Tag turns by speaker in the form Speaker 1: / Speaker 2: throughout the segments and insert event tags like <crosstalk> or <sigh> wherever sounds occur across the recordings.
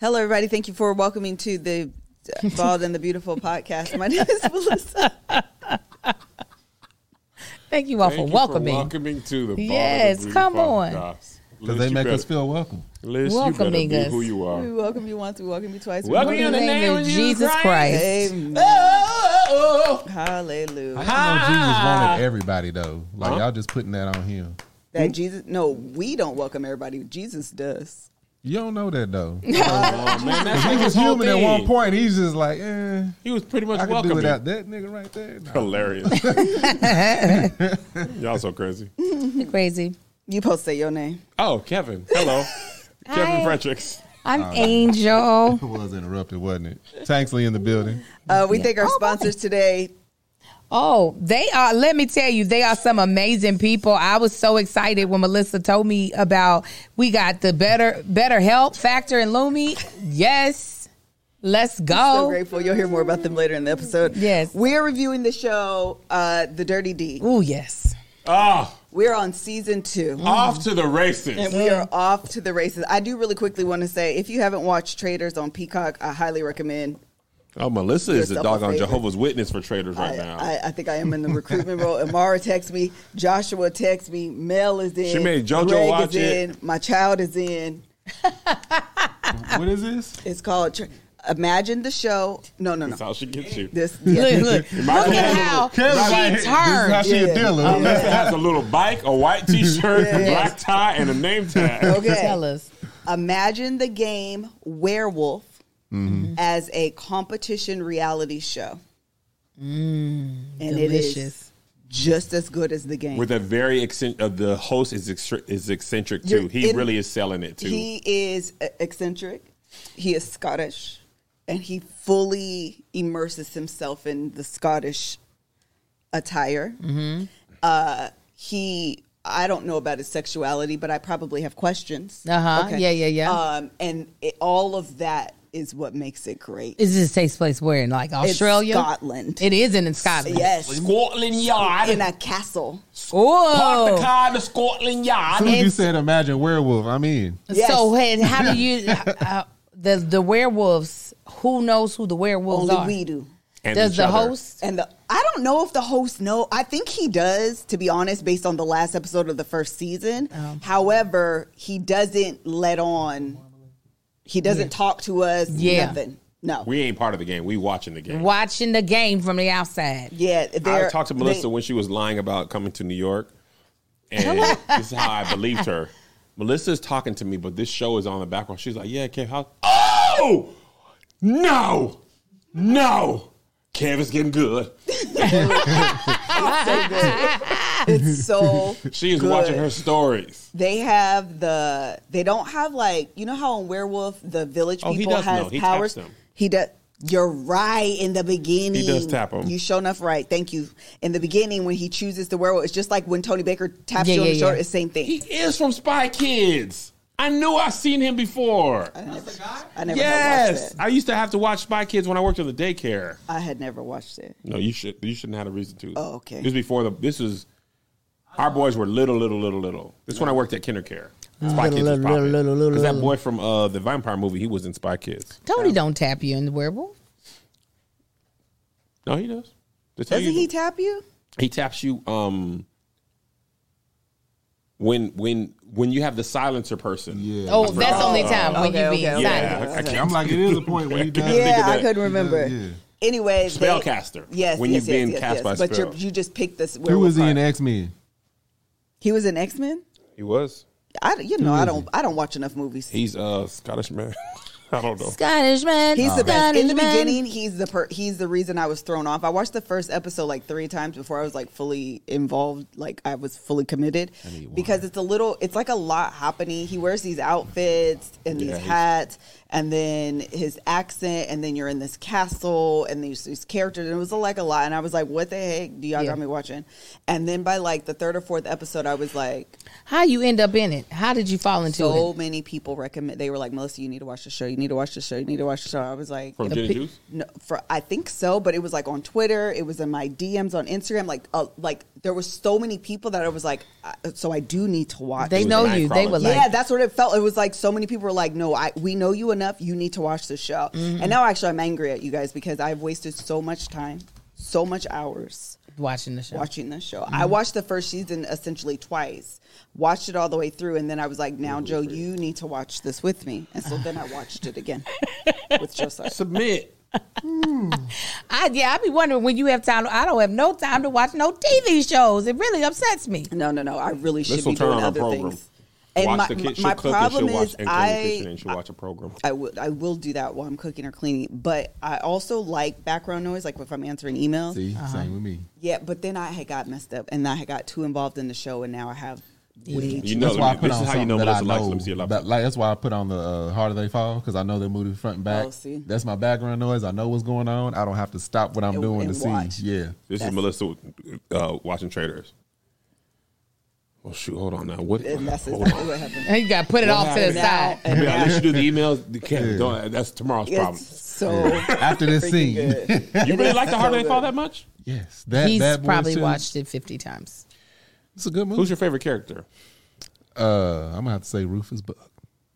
Speaker 1: Hello, everybody. Thank you for welcoming to the Bald and the Beautiful podcast. My name is Melissa.
Speaker 2: Thank you all
Speaker 3: Thank you
Speaker 2: for welcoming.
Speaker 3: welcoming to the Bottom
Speaker 2: Yes,
Speaker 3: Beauty
Speaker 2: come on.
Speaker 3: Podcast. Liz,
Speaker 4: Because they
Speaker 3: you
Speaker 4: make
Speaker 3: better,
Speaker 4: us feel welcome.
Speaker 3: Liz,
Speaker 2: welcoming
Speaker 3: you better
Speaker 2: us.
Speaker 3: be who you
Speaker 1: We
Speaker 3: <laughs> are.
Speaker 1: welcome you once, we welcome you twice. we
Speaker 3: Welcome
Speaker 2: In
Speaker 3: you
Speaker 2: the name of Jesus Christ.
Speaker 1: Amen.
Speaker 3: Oh,
Speaker 1: Hallelujah.
Speaker 4: I didn't know Jesus wanted everybody though. Like y'all just putting that on him.
Speaker 1: That Jesus, no, we don't welcome everybody. Jesus does.
Speaker 4: You don't know that though.
Speaker 3: Oh, man, that's
Speaker 4: he
Speaker 3: like
Speaker 4: was
Speaker 3: his whole
Speaker 4: human at
Speaker 3: thing.
Speaker 4: one point. He's just like, eh,
Speaker 3: He was pretty
Speaker 4: I
Speaker 3: much
Speaker 4: can do
Speaker 3: welcoming.
Speaker 4: without that nigga right there. Nah.
Speaker 3: <laughs> Hilarious. <laughs> Y'all so crazy.
Speaker 2: Crazy.
Speaker 1: You supposed to say your name.
Speaker 3: Oh, Kevin. Hello.
Speaker 1: <laughs>
Speaker 3: Kevin
Speaker 2: Hi.
Speaker 3: Fredericks.
Speaker 2: I'm Angel.
Speaker 4: It was interrupted, wasn't it? Tanksley in the building.
Speaker 1: Uh, we thank our sponsors today.
Speaker 2: Oh, they are. Let me tell you, they are some amazing people. I was so excited when Melissa told me about we got the better better help factor in Lumi. Yes, let's
Speaker 1: So
Speaker 3: Oh.
Speaker 2: go.
Speaker 1: grateful. You'll hear more about them later in the episode.
Speaker 2: Yes.
Speaker 1: We are reviewing the show, uh, The Dirty D.
Speaker 2: oh yes,
Speaker 3: Oh,
Speaker 1: We're on season two.
Speaker 3: off to the races.
Speaker 1: And we are off to the races. I do really quickly want to say if you haven't watched Traders on Peacock, I highly recommend.
Speaker 3: Oh, Melissa is the
Speaker 1: Yourself a
Speaker 3: doggone
Speaker 1: favorite.
Speaker 3: Jehovah's Witness for traders right
Speaker 1: I,
Speaker 3: now.
Speaker 1: I, I think I am in the recruitment role. Amara texts me, Joshua texts me, Mel is in.
Speaker 3: She made JoJo
Speaker 1: Greg
Speaker 3: watch
Speaker 1: is
Speaker 3: it.
Speaker 1: in, my child is in.
Speaker 4: What is
Speaker 1: <laughs>
Speaker 4: this?
Speaker 1: It's called Tra- Imagine the Show. No, no,
Speaker 3: That's
Speaker 1: no.
Speaker 3: how she gets you.
Speaker 1: This
Speaker 2: look,
Speaker 1: yeah.
Speaker 2: look, look at how she
Speaker 4: Right. This is how
Speaker 2: turned.
Speaker 4: she
Speaker 1: Yeah.
Speaker 4: a dealer.
Speaker 3: Melissa has a little bike, a white t-shirt, a black tie, and a name tag.
Speaker 1: <laughs> Okay.
Speaker 2: Tell us.
Speaker 1: Imagine the game Werewolf
Speaker 3: Mm-hmm.
Speaker 1: as a competition reality show. and it
Speaker 2: Mm, Delicious.
Speaker 1: is just as good as the game.
Speaker 3: With a very eccentric, uh, the host is extr is eccentric too.
Speaker 1: You're
Speaker 3: he
Speaker 1: in-
Speaker 3: really is selling it too.
Speaker 1: He is e- eccentric. He is Scottish, and he fully immerses himself in the Scottish attire.
Speaker 2: Mm-hmm.
Speaker 1: Uh, he, I don't know about his sexuality, but I probably have questions.
Speaker 2: Uh-huh. Yeah, yeah, yeah.
Speaker 1: Um, and it, all of that is what makes it great.
Speaker 2: Is this takes place where in like
Speaker 1: It's
Speaker 2: Australia?
Speaker 1: Scotland.
Speaker 2: It is in Scotland.
Speaker 1: yes,
Speaker 3: Scotland Yard.
Speaker 1: in a castle.
Speaker 2: Oh,
Speaker 3: car to Scotland
Speaker 4: As
Speaker 3: Yard.
Speaker 4: soon as you
Speaker 2: It's-
Speaker 4: said imagine werewolf, I'm in.
Speaker 1: Yes.
Speaker 2: So hey, how do <laughs> you uh, the the werewolves? Who knows who the werewolves
Speaker 1: Only
Speaker 2: are?
Speaker 1: we do.
Speaker 2: Does the host?
Speaker 1: And the I don't know if the host know. I think he does, to be honest, based on the last episode of the first season. However, he doesn't let on. He doesn't talk to us.
Speaker 2: Yeah.
Speaker 1: Nothing. No.
Speaker 3: We ain't part of the game. We watching the game.
Speaker 2: watching the game from the outside.
Speaker 1: yeah.
Speaker 3: I
Speaker 1: they're-
Speaker 3: talked to
Speaker 1: they-
Speaker 3: Melissa when she was lying about coming to New York, and this is how I believed her. Melissa's talking to me, but this show is on the background. She's like, "Yeah, Kev, how?" Oh, no, no, Kev is getting good.
Speaker 1: <laughs> it's
Speaker 3: <laughs>
Speaker 1: so.
Speaker 3: She is
Speaker 1: good.
Speaker 3: watching her stories.
Speaker 1: They have the. They don't have like you know how in Werewolf the village
Speaker 3: Oh, he
Speaker 1: people
Speaker 3: does
Speaker 1: has
Speaker 3: know. He taps
Speaker 1: powers.
Speaker 3: them.
Speaker 1: He does. You're right in the beginning.
Speaker 3: He does tap 'em.
Speaker 1: You show enough right. Thank you. In the beginning, when he chooses the werewolf, it's just like when Tony Baker taps
Speaker 2: Yeah,
Speaker 1: you on
Speaker 2: yeah,
Speaker 1: the shoulder.
Speaker 2: yeah.
Speaker 1: It's same thing.
Speaker 3: He is from Spy Kids. I knew I seen him before.
Speaker 1: I never, I never had watched
Speaker 3: Yes,
Speaker 1: it.
Speaker 3: I used to have to watch Spy Kids when I worked in the daycare.
Speaker 1: I had never watched it.
Speaker 3: No, you should. You shouldn't have had a reason to.
Speaker 1: Oh, okay.
Speaker 3: This was before the. This is. Our boys were little, little, little, little. This is when I worked at KinderCare.
Speaker 1: Ah.
Speaker 3: Spy Kids was
Speaker 2: little,
Speaker 3: popping.
Speaker 2: little, little,
Speaker 3: Because that
Speaker 2: little.
Speaker 3: boy from uh, the Vampire movie, he was in Spy Kids.
Speaker 2: Tony don't tap you in the werewolf.
Speaker 3: No, he does. They tell
Speaker 1: Doesn't
Speaker 3: you-
Speaker 1: he tap you?
Speaker 3: he taps you um when when when you have the silencer person.
Speaker 4: Yeah.
Speaker 2: Oh, that's the only time when
Speaker 1: okay,
Speaker 2: you be
Speaker 1: Oh, okay,
Speaker 2: inside.
Speaker 3: Yeah, I can't
Speaker 4: I'm like, it is a
Speaker 3: <laughs>
Speaker 4: point where he does.
Speaker 1: Yeah, I
Speaker 3: that.
Speaker 1: couldn't remember.
Speaker 4: Yeah.
Speaker 1: Anyway, they-
Speaker 3: Spellcaster.
Speaker 1: yes,
Speaker 3: When
Speaker 1: yes,
Speaker 3: you've
Speaker 1: yes,
Speaker 3: been
Speaker 1: yes,
Speaker 3: cast
Speaker 1: yes.
Speaker 3: by
Speaker 1: but
Speaker 3: spell.
Speaker 1: you're- you just picked this.
Speaker 4: Who was he in
Speaker 1: X?
Speaker 4: X Men?
Speaker 1: He was in X Men.
Speaker 3: He was.
Speaker 1: I, you know, I don't, I don't watch enough movies.
Speaker 3: He's a Scottish man. <laughs> I don't know.
Speaker 2: Scottish man.
Speaker 1: He's the best.
Speaker 2: Scottish
Speaker 1: In the
Speaker 2: Um, man.
Speaker 1: beginning, he's the per- he's the reason I was thrown off. I watched the first episode like three times before I was like fully involved, like I was fully committed, because it's a little, it's like a lot happening. He wears these outfits and
Speaker 3: Yeah,
Speaker 1: these
Speaker 3: he's-
Speaker 1: hats, and then his accent, and then you're in this castle and these these characters, and it was like a lot. And I was like, what the heck do y'all
Speaker 2: Yeah.
Speaker 1: got me watching? And then by like the third or fourth episode, I was like,
Speaker 2: How you end up in it? How did you fall into
Speaker 1: so
Speaker 2: it?
Speaker 1: many people recommend. They were like, Melissa, you need to watch the show. You You need to watch the show. You need to watch the show." I was like,
Speaker 3: From
Speaker 1: the
Speaker 3: Jenny
Speaker 1: pe-
Speaker 3: Juice?
Speaker 1: No, for I think so, but it was like on Twitter. It was in my DMs on Instagram. Like, uh, like there was so many people that I was like, I, "So I do need to watch."
Speaker 2: They
Speaker 3: was
Speaker 2: know
Speaker 3: Nightcrawler.
Speaker 2: you. They were
Speaker 1: yeah,
Speaker 2: like,
Speaker 1: that's what it felt. It was like so many people were like, "No, I we know you enough. You need to watch the show."
Speaker 2: Mm-hmm.
Speaker 1: And now, actually, I'm angry at you guys because I've wasted so much time, so much hours
Speaker 2: watching the show.
Speaker 1: watching this show.
Speaker 2: Mm-hmm.
Speaker 1: I watched the first season essentially twice, watched it all the way through, and then I was like, "Now, Joe, you need to watch this with me." And so then I watched it
Speaker 2: <laughs>
Speaker 1: again with Josiah.
Speaker 3: Submit.
Speaker 2: I yeah, I be wondering when you have time. I don't have no time to watch no TV shows. It really upsets me.
Speaker 1: No, no, no. I really should
Speaker 3: This will
Speaker 1: be
Speaker 3: turn
Speaker 1: doing
Speaker 3: on a
Speaker 1: other
Speaker 3: program.
Speaker 1: things. And
Speaker 3: watch
Speaker 1: my,
Speaker 3: the
Speaker 1: my-
Speaker 3: kitchen.
Speaker 1: my
Speaker 3: She'll cook and she'll
Speaker 1: problem
Speaker 3: watch
Speaker 1: is
Speaker 3: and clean the kitchen
Speaker 1: I
Speaker 3: and she'll watch a program.
Speaker 1: I will I will do that while I'm cooking or cleaning, but I also like background noise, like if I'm answering emails.
Speaker 4: See, same with me.
Speaker 1: Yeah, but then I had got messed up, and I had got too involved in the show, and now I have. way
Speaker 3: You
Speaker 1: too-
Speaker 3: know,
Speaker 4: That's why I put
Speaker 3: this
Speaker 4: on
Speaker 3: is how
Speaker 4: something
Speaker 3: you know
Speaker 4: that I
Speaker 3: Melissa likes
Speaker 4: know.
Speaker 3: Let me see a lot.
Speaker 4: that, like, that's why I put on the uh, Harder They Fall because I know the movie front and back.
Speaker 1: Oh, see.
Speaker 4: That's my background noise. I know what's going on. I don't have to stop what I'm
Speaker 1: And-
Speaker 4: doing
Speaker 1: and
Speaker 4: to see.
Speaker 1: watch. <laughs>
Speaker 4: Yeah.
Speaker 3: This is
Speaker 1: That's-
Speaker 3: Melissa uh, watching traders. Oh shoot! Hold on now. What?
Speaker 1: and that's
Speaker 3: hold
Speaker 1: exactly
Speaker 3: on.
Speaker 1: what happened.
Speaker 2: You got to put it
Speaker 3: What
Speaker 2: off to the
Speaker 3: happened?
Speaker 2: side.
Speaker 1: Now, and
Speaker 3: Yeah,
Speaker 1: now
Speaker 3: unless
Speaker 1: <laughs>
Speaker 3: you do the emails, you can't, don't, that's tomorrow's problem.
Speaker 1: it's so
Speaker 4: After this
Speaker 1: freaking
Speaker 4: scene.
Speaker 1: good.
Speaker 3: You really like the Hard
Speaker 1: so
Speaker 3: Day Fall
Speaker 1: good.
Speaker 3: that much?
Speaker 4: <laughs> Yes. That,
Speaker 2: He's
Speaker 4: Bad Boys
Speaker 2: probably
Speaker 4: too.
Speaker 2: watched it fifty times.
Speaker 4: It's a good movie.
Speaker 3: Who's your favorite character?
Speaker 4: Uh, I'm gonna have to say Rufus Buck.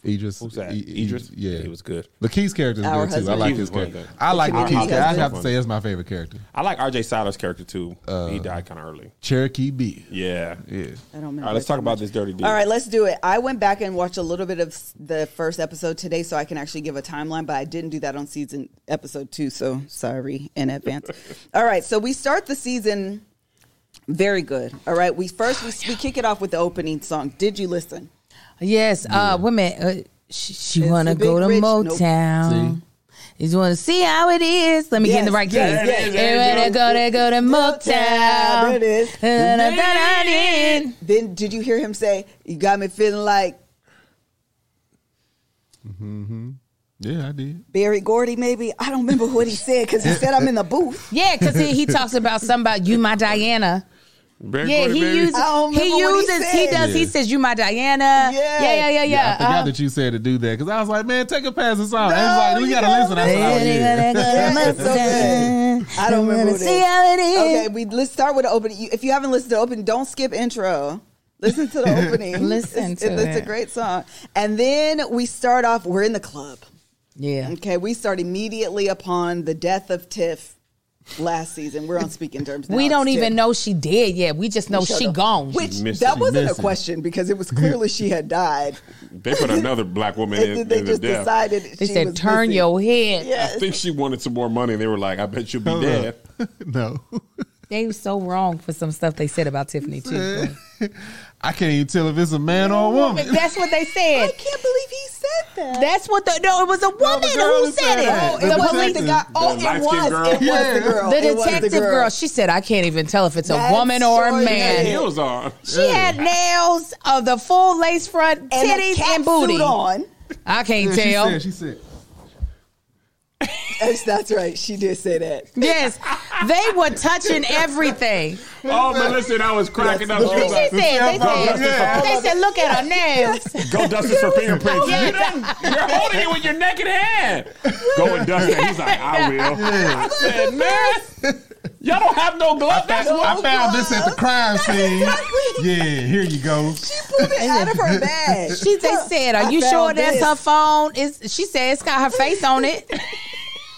Speaker 4: Idris.
Speaker 3: Who's that?
Speaker 4: I- I-
Speaker 3: Idris?
Speaker 4: Yeah,
Speaker 3: He was good.
Speaker 4: Lakeith's character is
Speaker 1: Our
Speaker 4: good too. I
Speaker 1: husband.
Speaker 4: like
Speaker 3: Lakeith was
Speaker 4: his character.
Speaker 3: good.
Speaker 4: I like
Speaker 1: Lakeith's
Speaker 4: Lakeith's character. I
Speaker 1: husband.
Speaker 4: have to say, it's my favorite character.
Speaker 3: I like R.J. Siler's character too.
Speaker 1: Uh.
Speaker 3: he died kind of early.
Speaker 4: Cherokee B.
Speaker 1: I
Speaker 3: Yeah.
Speaker 4: Yeah.
Speaker 1: don't
Speaker 3: All
Speaker 1: remember.
Speaker 3: right, let's talk about this dirty deal.
Speaker 1: All right, let's do it. I went back and watched a little bit of s- the first episode today so I can actually give a timeline, but I didn't do that on season episode two, so sorry in advance. All right, so we start the season very good. All right, we first we, we kick it off with the opening song. Did you listen?
Speaker 2: Yes, uh, women. Uh, she she
Speaker 1: It's
Speaker 2: wanna
Speaker 1: the
Speaker 2: go
Speaker 1: big
Speaker 2: to
Speaker 1: rich-
Speaker 2: Motown. You want to see how it is. Let me get in the
Speaker 1: Yes,
Speaker 2: right key.
Speaker 1: yes,
Speaker 3: yes,
Speaker 2: You
Speaker 3: yes,
Speaker 2: wanna
Speaker 3: yes.
Speaker 2: go to go to Motown.
Speaker 1: There it is.
Speaker 2: Da-da-da-da-da.
Speaker 1: Then did you hear him say, "You got me feeling like
Speaker 4: Yeah, I did.
Speaker 1: Barry Gordy"? Maybe I don't remember what he said because he said I'm in the booth.
Speaker 2: Yeah, because he, he talks about somebody. You my Diana.
Speaker 3: Barry
Speaker 2: Yeah,
Speaker 3: Gordy,
Speaker 2: he
Speaker 3: baby.
Speaker 2: uses.
Speaker 1: I don't
Speaker 2: He
Speaker 1: remember what he
Speaker 2: uses. He,
Speaker 1: said.
Speaker 2: does. He
Speaker 4: Yeah.
Speaker 2: says, "You my Diana." Yeah,
Speaker 1: Yeah. um,
Speaker 2: yeah, yeah, yeah.
Speaker 4: I forgot
Speaker 2: Uh,
Speaker 4: that you said to do that because I was like, man, take a pass and song. I was
Speaker 1: No,
Speaker 4: like, we
Speaker 1: you
Speaker 4: gotta
Speaker 1: gotta
Speaker 4: listen. I said, oh, yeah.
Speaker 1: Yeah, it's so good. I don't remember. what it
Speaker 2: See
Speaker 1: is.
Speaker 2: how it is.
Speaker 1: Okay, we let's start with the opening. You- If you haven't listened to the opening, don't skip intro. Listen to
Speaker 2: <laughs>
Speaker 1: the opening.
Speaker 2: Listen
Speaker 1: it's,
Speaker 2: to
Speaker 1: it's a
Speaker 2: it.
Speaker 1: great song. And then we start off. We're in the club.
Speaker 2: Yeah.
Speaker 1: Okay, we start immediately upon the death of Tiff last season. We're on speaking terms. Now.
Speaker 2: We don't
Speaker 1: It's
Speaker 2: even
Speaker 1: Tiff.
Speaker 2: know she dead yet. We just know
Speaker 1: Shut
Speaker 2: she
Speaker 1: up.
Speaker 2: gone.
Speaker 1: Which
Speaker 3: missed
Speaker 1: that
Speaker 3: it.
Speaker 1: wasn't
Speaker 4: Missed
Speaker 1: a
Speaker 4: it.
Speaker 1: question because it was clearly she had
Speaker 3: <laughs>
Speaker 1: died, <laughs>
Speaker 3: They put another black woman
Speaker 1: and
Speaker 3: in,
Speaker 1: then
Speaker 3: in
Speaker 1: they
Speaker 3: the
Speaker 1: just
Speaker 3: death.
Speaker 1: decided
Speaker 2: they
Speaker 1: she
Speaker 2: said,
Speaker 1: was
Speaker 2: "Turn
Speaker 1: missing."
Speaker 2: your head."
Speaker 1: Yes.
Speaker 3: I think she wanted some more money. They were like, I bet you'll be
Speaker 4: Hold
Speaker 3: dead.
Speaker 4: up. <laughs> no.
Speaker 2: They were so wrong for some stuff they said about Tiffany too.
Speaker 4: <laughs> I can't even tell if it's a man or a woman.
Speaker 2: That's what they
Speaker 1: I
Speaker 2: said.
Speaker 1: can't believe he said that.
Speaker 2: That's what the no. It was a woman
Speaker 4: girl
Speaker 2: who
Speaker 4: who
Speaker 2: said
Speaker 4: said
Speaker 2: it.
Speaker 4: that.
Speaker 1: Oh,
Speaker 4: The
Speaker 1: it wasn't the
Speaker 4: detective.
Speaker 1: guy. Oh,
Speaker 3: The
Speaker 1: it
Speaker 3: light-skinned
Speaker 1: was.
Speaker 3: girl.
Speaker 1: It was the
Speaker 4: Yeah.
Speaker 1: girl.
Speaker 2: The
Speaker 1: It was
Speaker 2: detective girl. She said, "I can't even tell if it's a
Speaker 1: That's
Speaker 2: woman or a
Speaker 1: sure
Speaker 2: man."
Speaker 1: Yeah. <laughs>
Speaker 3: Heels on.
Speaker 2: She had nails of the full lace front,
Speaker 1: and a
Speaker 2: titties,
Speaker 1: cat
Speaker 2: and booty.
Speaker 1: suit on.
Speaker 2: I can't
Speaker 4: she
Speaker 2: tell.
Speaker 4: said, she said,
Speaker 1: Yes, that's right. She did say that.
Speaker 2: yes, they were touching everything.
Speaker 3: Oh, Melissa, and I was cracking up.
Speaker 1: That's <laughs>
Speaker 3: She
Speaker 2: She
Speaker 3: was
Speaker 2: said,
Speaker 3: like,
Speaker 2: they said,
Speaker 4: Yeah.
Speaker 2: they said, look at her nails.
Speaker 3: go dust us for fingerprints.
Speaker 2: Yeah.
Speaker 3: You done- You're holding it with your naked hand. Go and dust it. He's like,
Speaker 1: <laughs>
Speaker 3: I will. I said, man, y'all don't have no gloves. That's
Speaker 4: I
Speaker 3: why.
Speaker 4: found this at the crime scene.
Speaker 1: exactly-
Speaker 4: Yeah, here you
Speaker 1: <laughs>
Speaker 4: go.
Speaker 1: She pulled it out of her bag.
Speaker 2: She, they said, are
Speaker 1: I
Speaker 2: you
Speaker 1: found
Speaker 2: sure that's
Speaker 1: this.
Speaker 2: her phone? Is she said it's got her face
Speaker 1: <laughs>
Speaker 2: on it?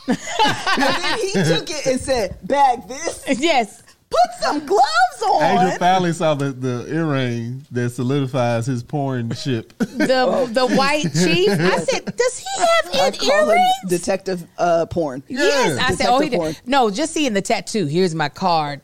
Speaker 1: And then <laughs> he took it and said, "Bag this.
Speaker 2: yes.
Speaker 1: Put some gloves
Speaker 4: Angel
Speaker 1: on."
Speaker 4: finally saw the, the earring that solidifies his porn ship. <laughs>
Speaker 2: The the white chief. I said, does he
Speaker 1: Oh. I
Speaker 2: have an
Speaker 1: call her
Speaker 2: earring?
Speaker 1: detective uh, porn.
Speaker 2: Yes,
Speaker 4: Yeah.
Speaker 2: I said, oh, he
Speaker 1: Detective porn.
Speaker 2: did. No, just seeing the tattoo. Here's my card.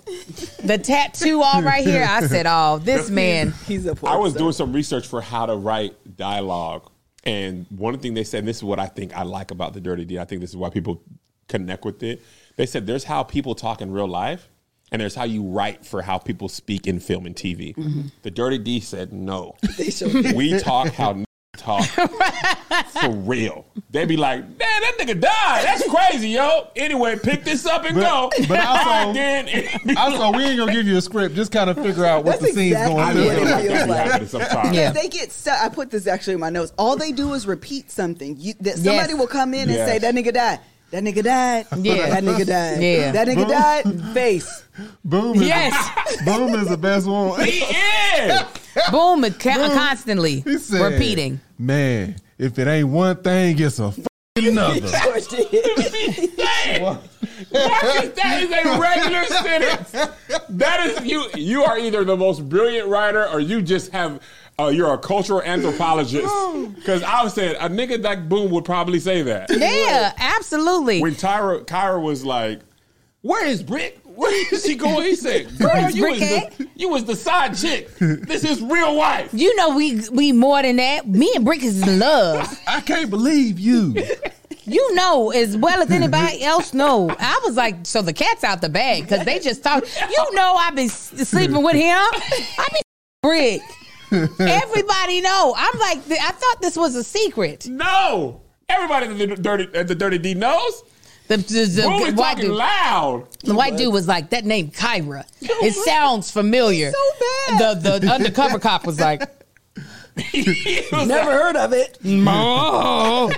Speaker 2: The tattoo all right here. I said, oh, this man.
Speaker 1: <laughs> He's a porn.
Speaker 3: I was
Speaker 1: star.
Speaker 3: doing some research for how to write dialogue. And one thing they said, and this is what I think I like about the Dirty D, I think this is why people connect with it. They said there's how people talk in real life, and there's how you write for how people speak in film and TV. The Dirty D said, no.
Speaker 1: They showed
Speaker 3: we talk how n- talk for real. They be like, man, that nigga died. That's crazy, yo. Anyway, pick this up and
Speaker 4: But-
Speaker 3: go.
Speaker 4: but
Speaker 3: <laughs>
Speaker 4: also-
Speaker 3: All right, then.
Speaker 4: Also, we ain't gonna give you a script. Just kind of figure out what
Speaker 1: That's
Speaker 4: the scene's
Speaker 1: exactly
Speaker 4: going
Speaker 1: what it
Speaker 4: through.
Speaker 1: feels like.
Speaker 2: <laughs>
Speaker 3: Sometimes.
Speaker 2: Yeah.
Speaker 1: They get stuck. I put this actually in my notes. All they do is repeat something. You, that somebody will come in and
Speaker 3: Yes.
Speaker 1: say, "That nigga died. That nigga died.
Speaker 2: Yeah.
Speaker 1: That nigga died.
Speaker 2: Yeah.
Speaker 1: That nigga died. Face.
Speaker 4: Boom. Is,
Speaker 2: Yes.
Speaker 4: <laughs> Boom is the
Speaker 1: <laughs>
Speaker 4: best one.
Speaker 3: He is.
Speaker 2: Boom, and ca- constantly
Speaker 4: He said,
Speaker 2: repeating.
Speaker 4: Man, if it ain't one thing, it's a f- another.
Speaker 1: Sure did.
Speaker 3: What is that is a regular sentence. That is you. You are either the most brilliant writer, or you just have. Uh, you're a cultural anthropologist. Because I've said a nigga like Boom would probably say that.
Speaker 2: Yeah, absolutely.
Speaker 3: When Tyra, Kyra was like, "Where is Brick? Where is she going?" He
Speaker 2: <laughs>
Speaker 3: said, "Girl,
Speaker 2: Where's
Speaker 3: you was,
Speaker 2: Brick
Speaker 3: the, you was the side chick. This is real wife."
Speaker 2: You know we we more than that. Me and Brick is in love.
Speaker 4: I can't believe you.
Speaker 2: You know as well as anybody else know. I was like, so the cat's out the bag because they just talk. You know I've been s- sleeping with him. I mean, <laughs> Brick. Everybody know. I'm like, th- I thought this was a secret.
Speaker 3: No, everybody at the dirty at the dirty D knows.
Speaker 2: The, the, the
Speaker 3: Boom is
Speaker 2: white
Speaker 3: talking
Speaker 2: dude,
Speaker 3: loud. <laughs>
Speaker 2: the white dude was like, that name Kyra.
Speaker 1: <laughs>
Speaker 2: It sounds familiar.
Speaker 1: So bad.
Speaker 2: The the undercover cop was like,
Speaker 1: <laughs>
Speaker 3: He was
Speaker 1: Never heard of it.
Speaker 2: oh,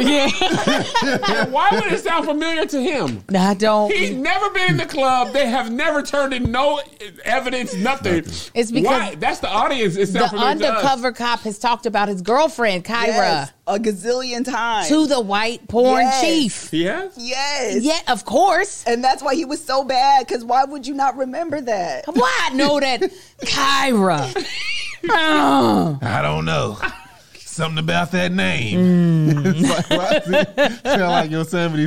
Speaker 2: yeah.
Speaker 3: like, <laughs> Why would it sound familiar to him?
Speaker 2: I don't.
Speaker 3: He's never been in the club. They have never turned in no evidence, nothing.
Speaker 2: It's because
Speaker 3: Why? that's the audience. It's
Speaker 2: the undercover cop has talked about his girlfriend Kyra
Speaker 1: Yes, a gazillion times.
Speaker 2: to the white porn
Speaker 1: Yes.
Speaker 2: chief.
Speaker 3: He has.
Speaker 2: <laughs>
Speaker 1: yes.
Speaker 2: Yeah, of course.
Speaker 1: And that's why he was so bad. Because why would you not remember that?
Speaker 2: Why I know that Kyra? Oh.
Speaker 4: I don't know. Something about that name. it's like, <laughs> why does it sound like Yosemite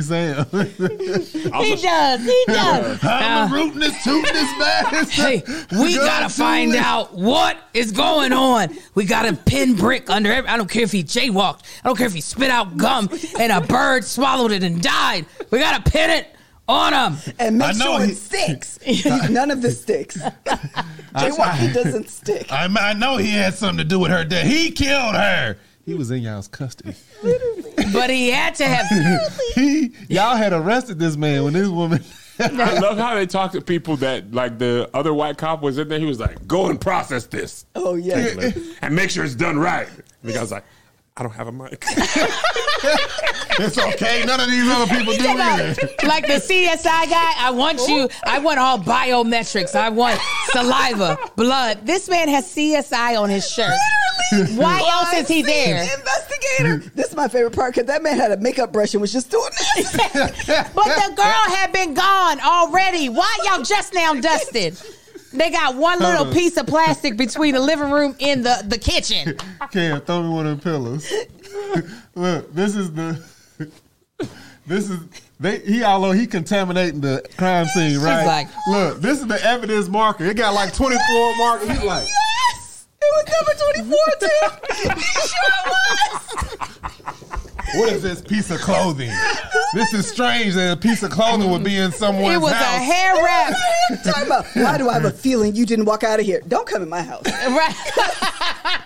Speaker 2: <laughs>
Speaker 4: Sam?
Speaker 2: he does. He does.
Speaker 4: I'm rooting this, tooting this, bass.
Speaker 2: Hey, we
Speaker 4: Go
Speaker 2: gotta
Speaker 4: to
Speaker 2: find
Speaker 4: it.
Speaker 2: out what is going on. We gotta pin brick under every. I don't care if he jaywalked. I don't care if he spit out gum and a bird swallowed it and died. We gotta pin it on him.
Speaker 1: And
Speaker 4: I
Speaker 1: make
Speaker 4: know
Speaker 1: sure
Speaker 4: he-
Speaker 1: it
Speaker 2: <laughs>
Speaker 1: sticks. None of this sticks. Jaywalking doesn't stick.
Speaker 4: I, I know he had something to do with her death. He killed her. He was in y'all's custody.
Speaker 2: But he had to have.
Speaker 4: <laughs> He, y'all had arrested this man when this woman.
Speaker 3: I love how they talk to people that like the other white cop was in there. He was like, "Go and process <laughs> this
Speaker 1: Oh yeah.
Speaker 3: and make sure it's done right." And the guy was like, "I don't have a <laughs> mic."
Speaker 4: it's okay. None of these other people do either.
Speaker 2: like the CSI guy, I want you. I want all biometrics. I want saliva, blood. This man has CSI on his shirt. Why else is he
Speaker 1: I've seen
Speaker 2: there?
Speaker 1: the Investigator. This is my favorite part because that man had a makeup brush and was just doing this.
Speaker 2: <laughs> But the girl had been gone already. Why y'all just now dusted? They got one
Speaker 4: Uh-huh.
Speaker 2: little piece of plastic between the living room and the, the
Speaker 4: <laughs>
Speaker 2: kitchen.
Speaker 4: Cam, throw me one of the
Speaker 2: <laughs>
Speaker 4: pillows. Look, this is the. This is they. He although he contaminating the crime scene, right?
Speaker 2: like-
Speaker 4: look, this is the evidence marker. It got like twenty four markers. He's like,
Speaker 1: yes, it was number twenty four
Speaker 2: <laughs>
Speaker 1: too.
Speaker 4: what is this piece of clothing? This is strange that a piece of clothing
Speaker 2: <laughs>
Speaker 4: would be in someone's
Speaker 2: It was a
Speaker 4: house.
Speaker 2: hair
Speaker 1: <laughs>
Speaker 2: wrap.
Speaker 1: Talking about why do I have a feeling you didn't walk out of here? Don't come in my
Speaker 2: <laughs>
Speaker 1: house.
Speaker 2: Right.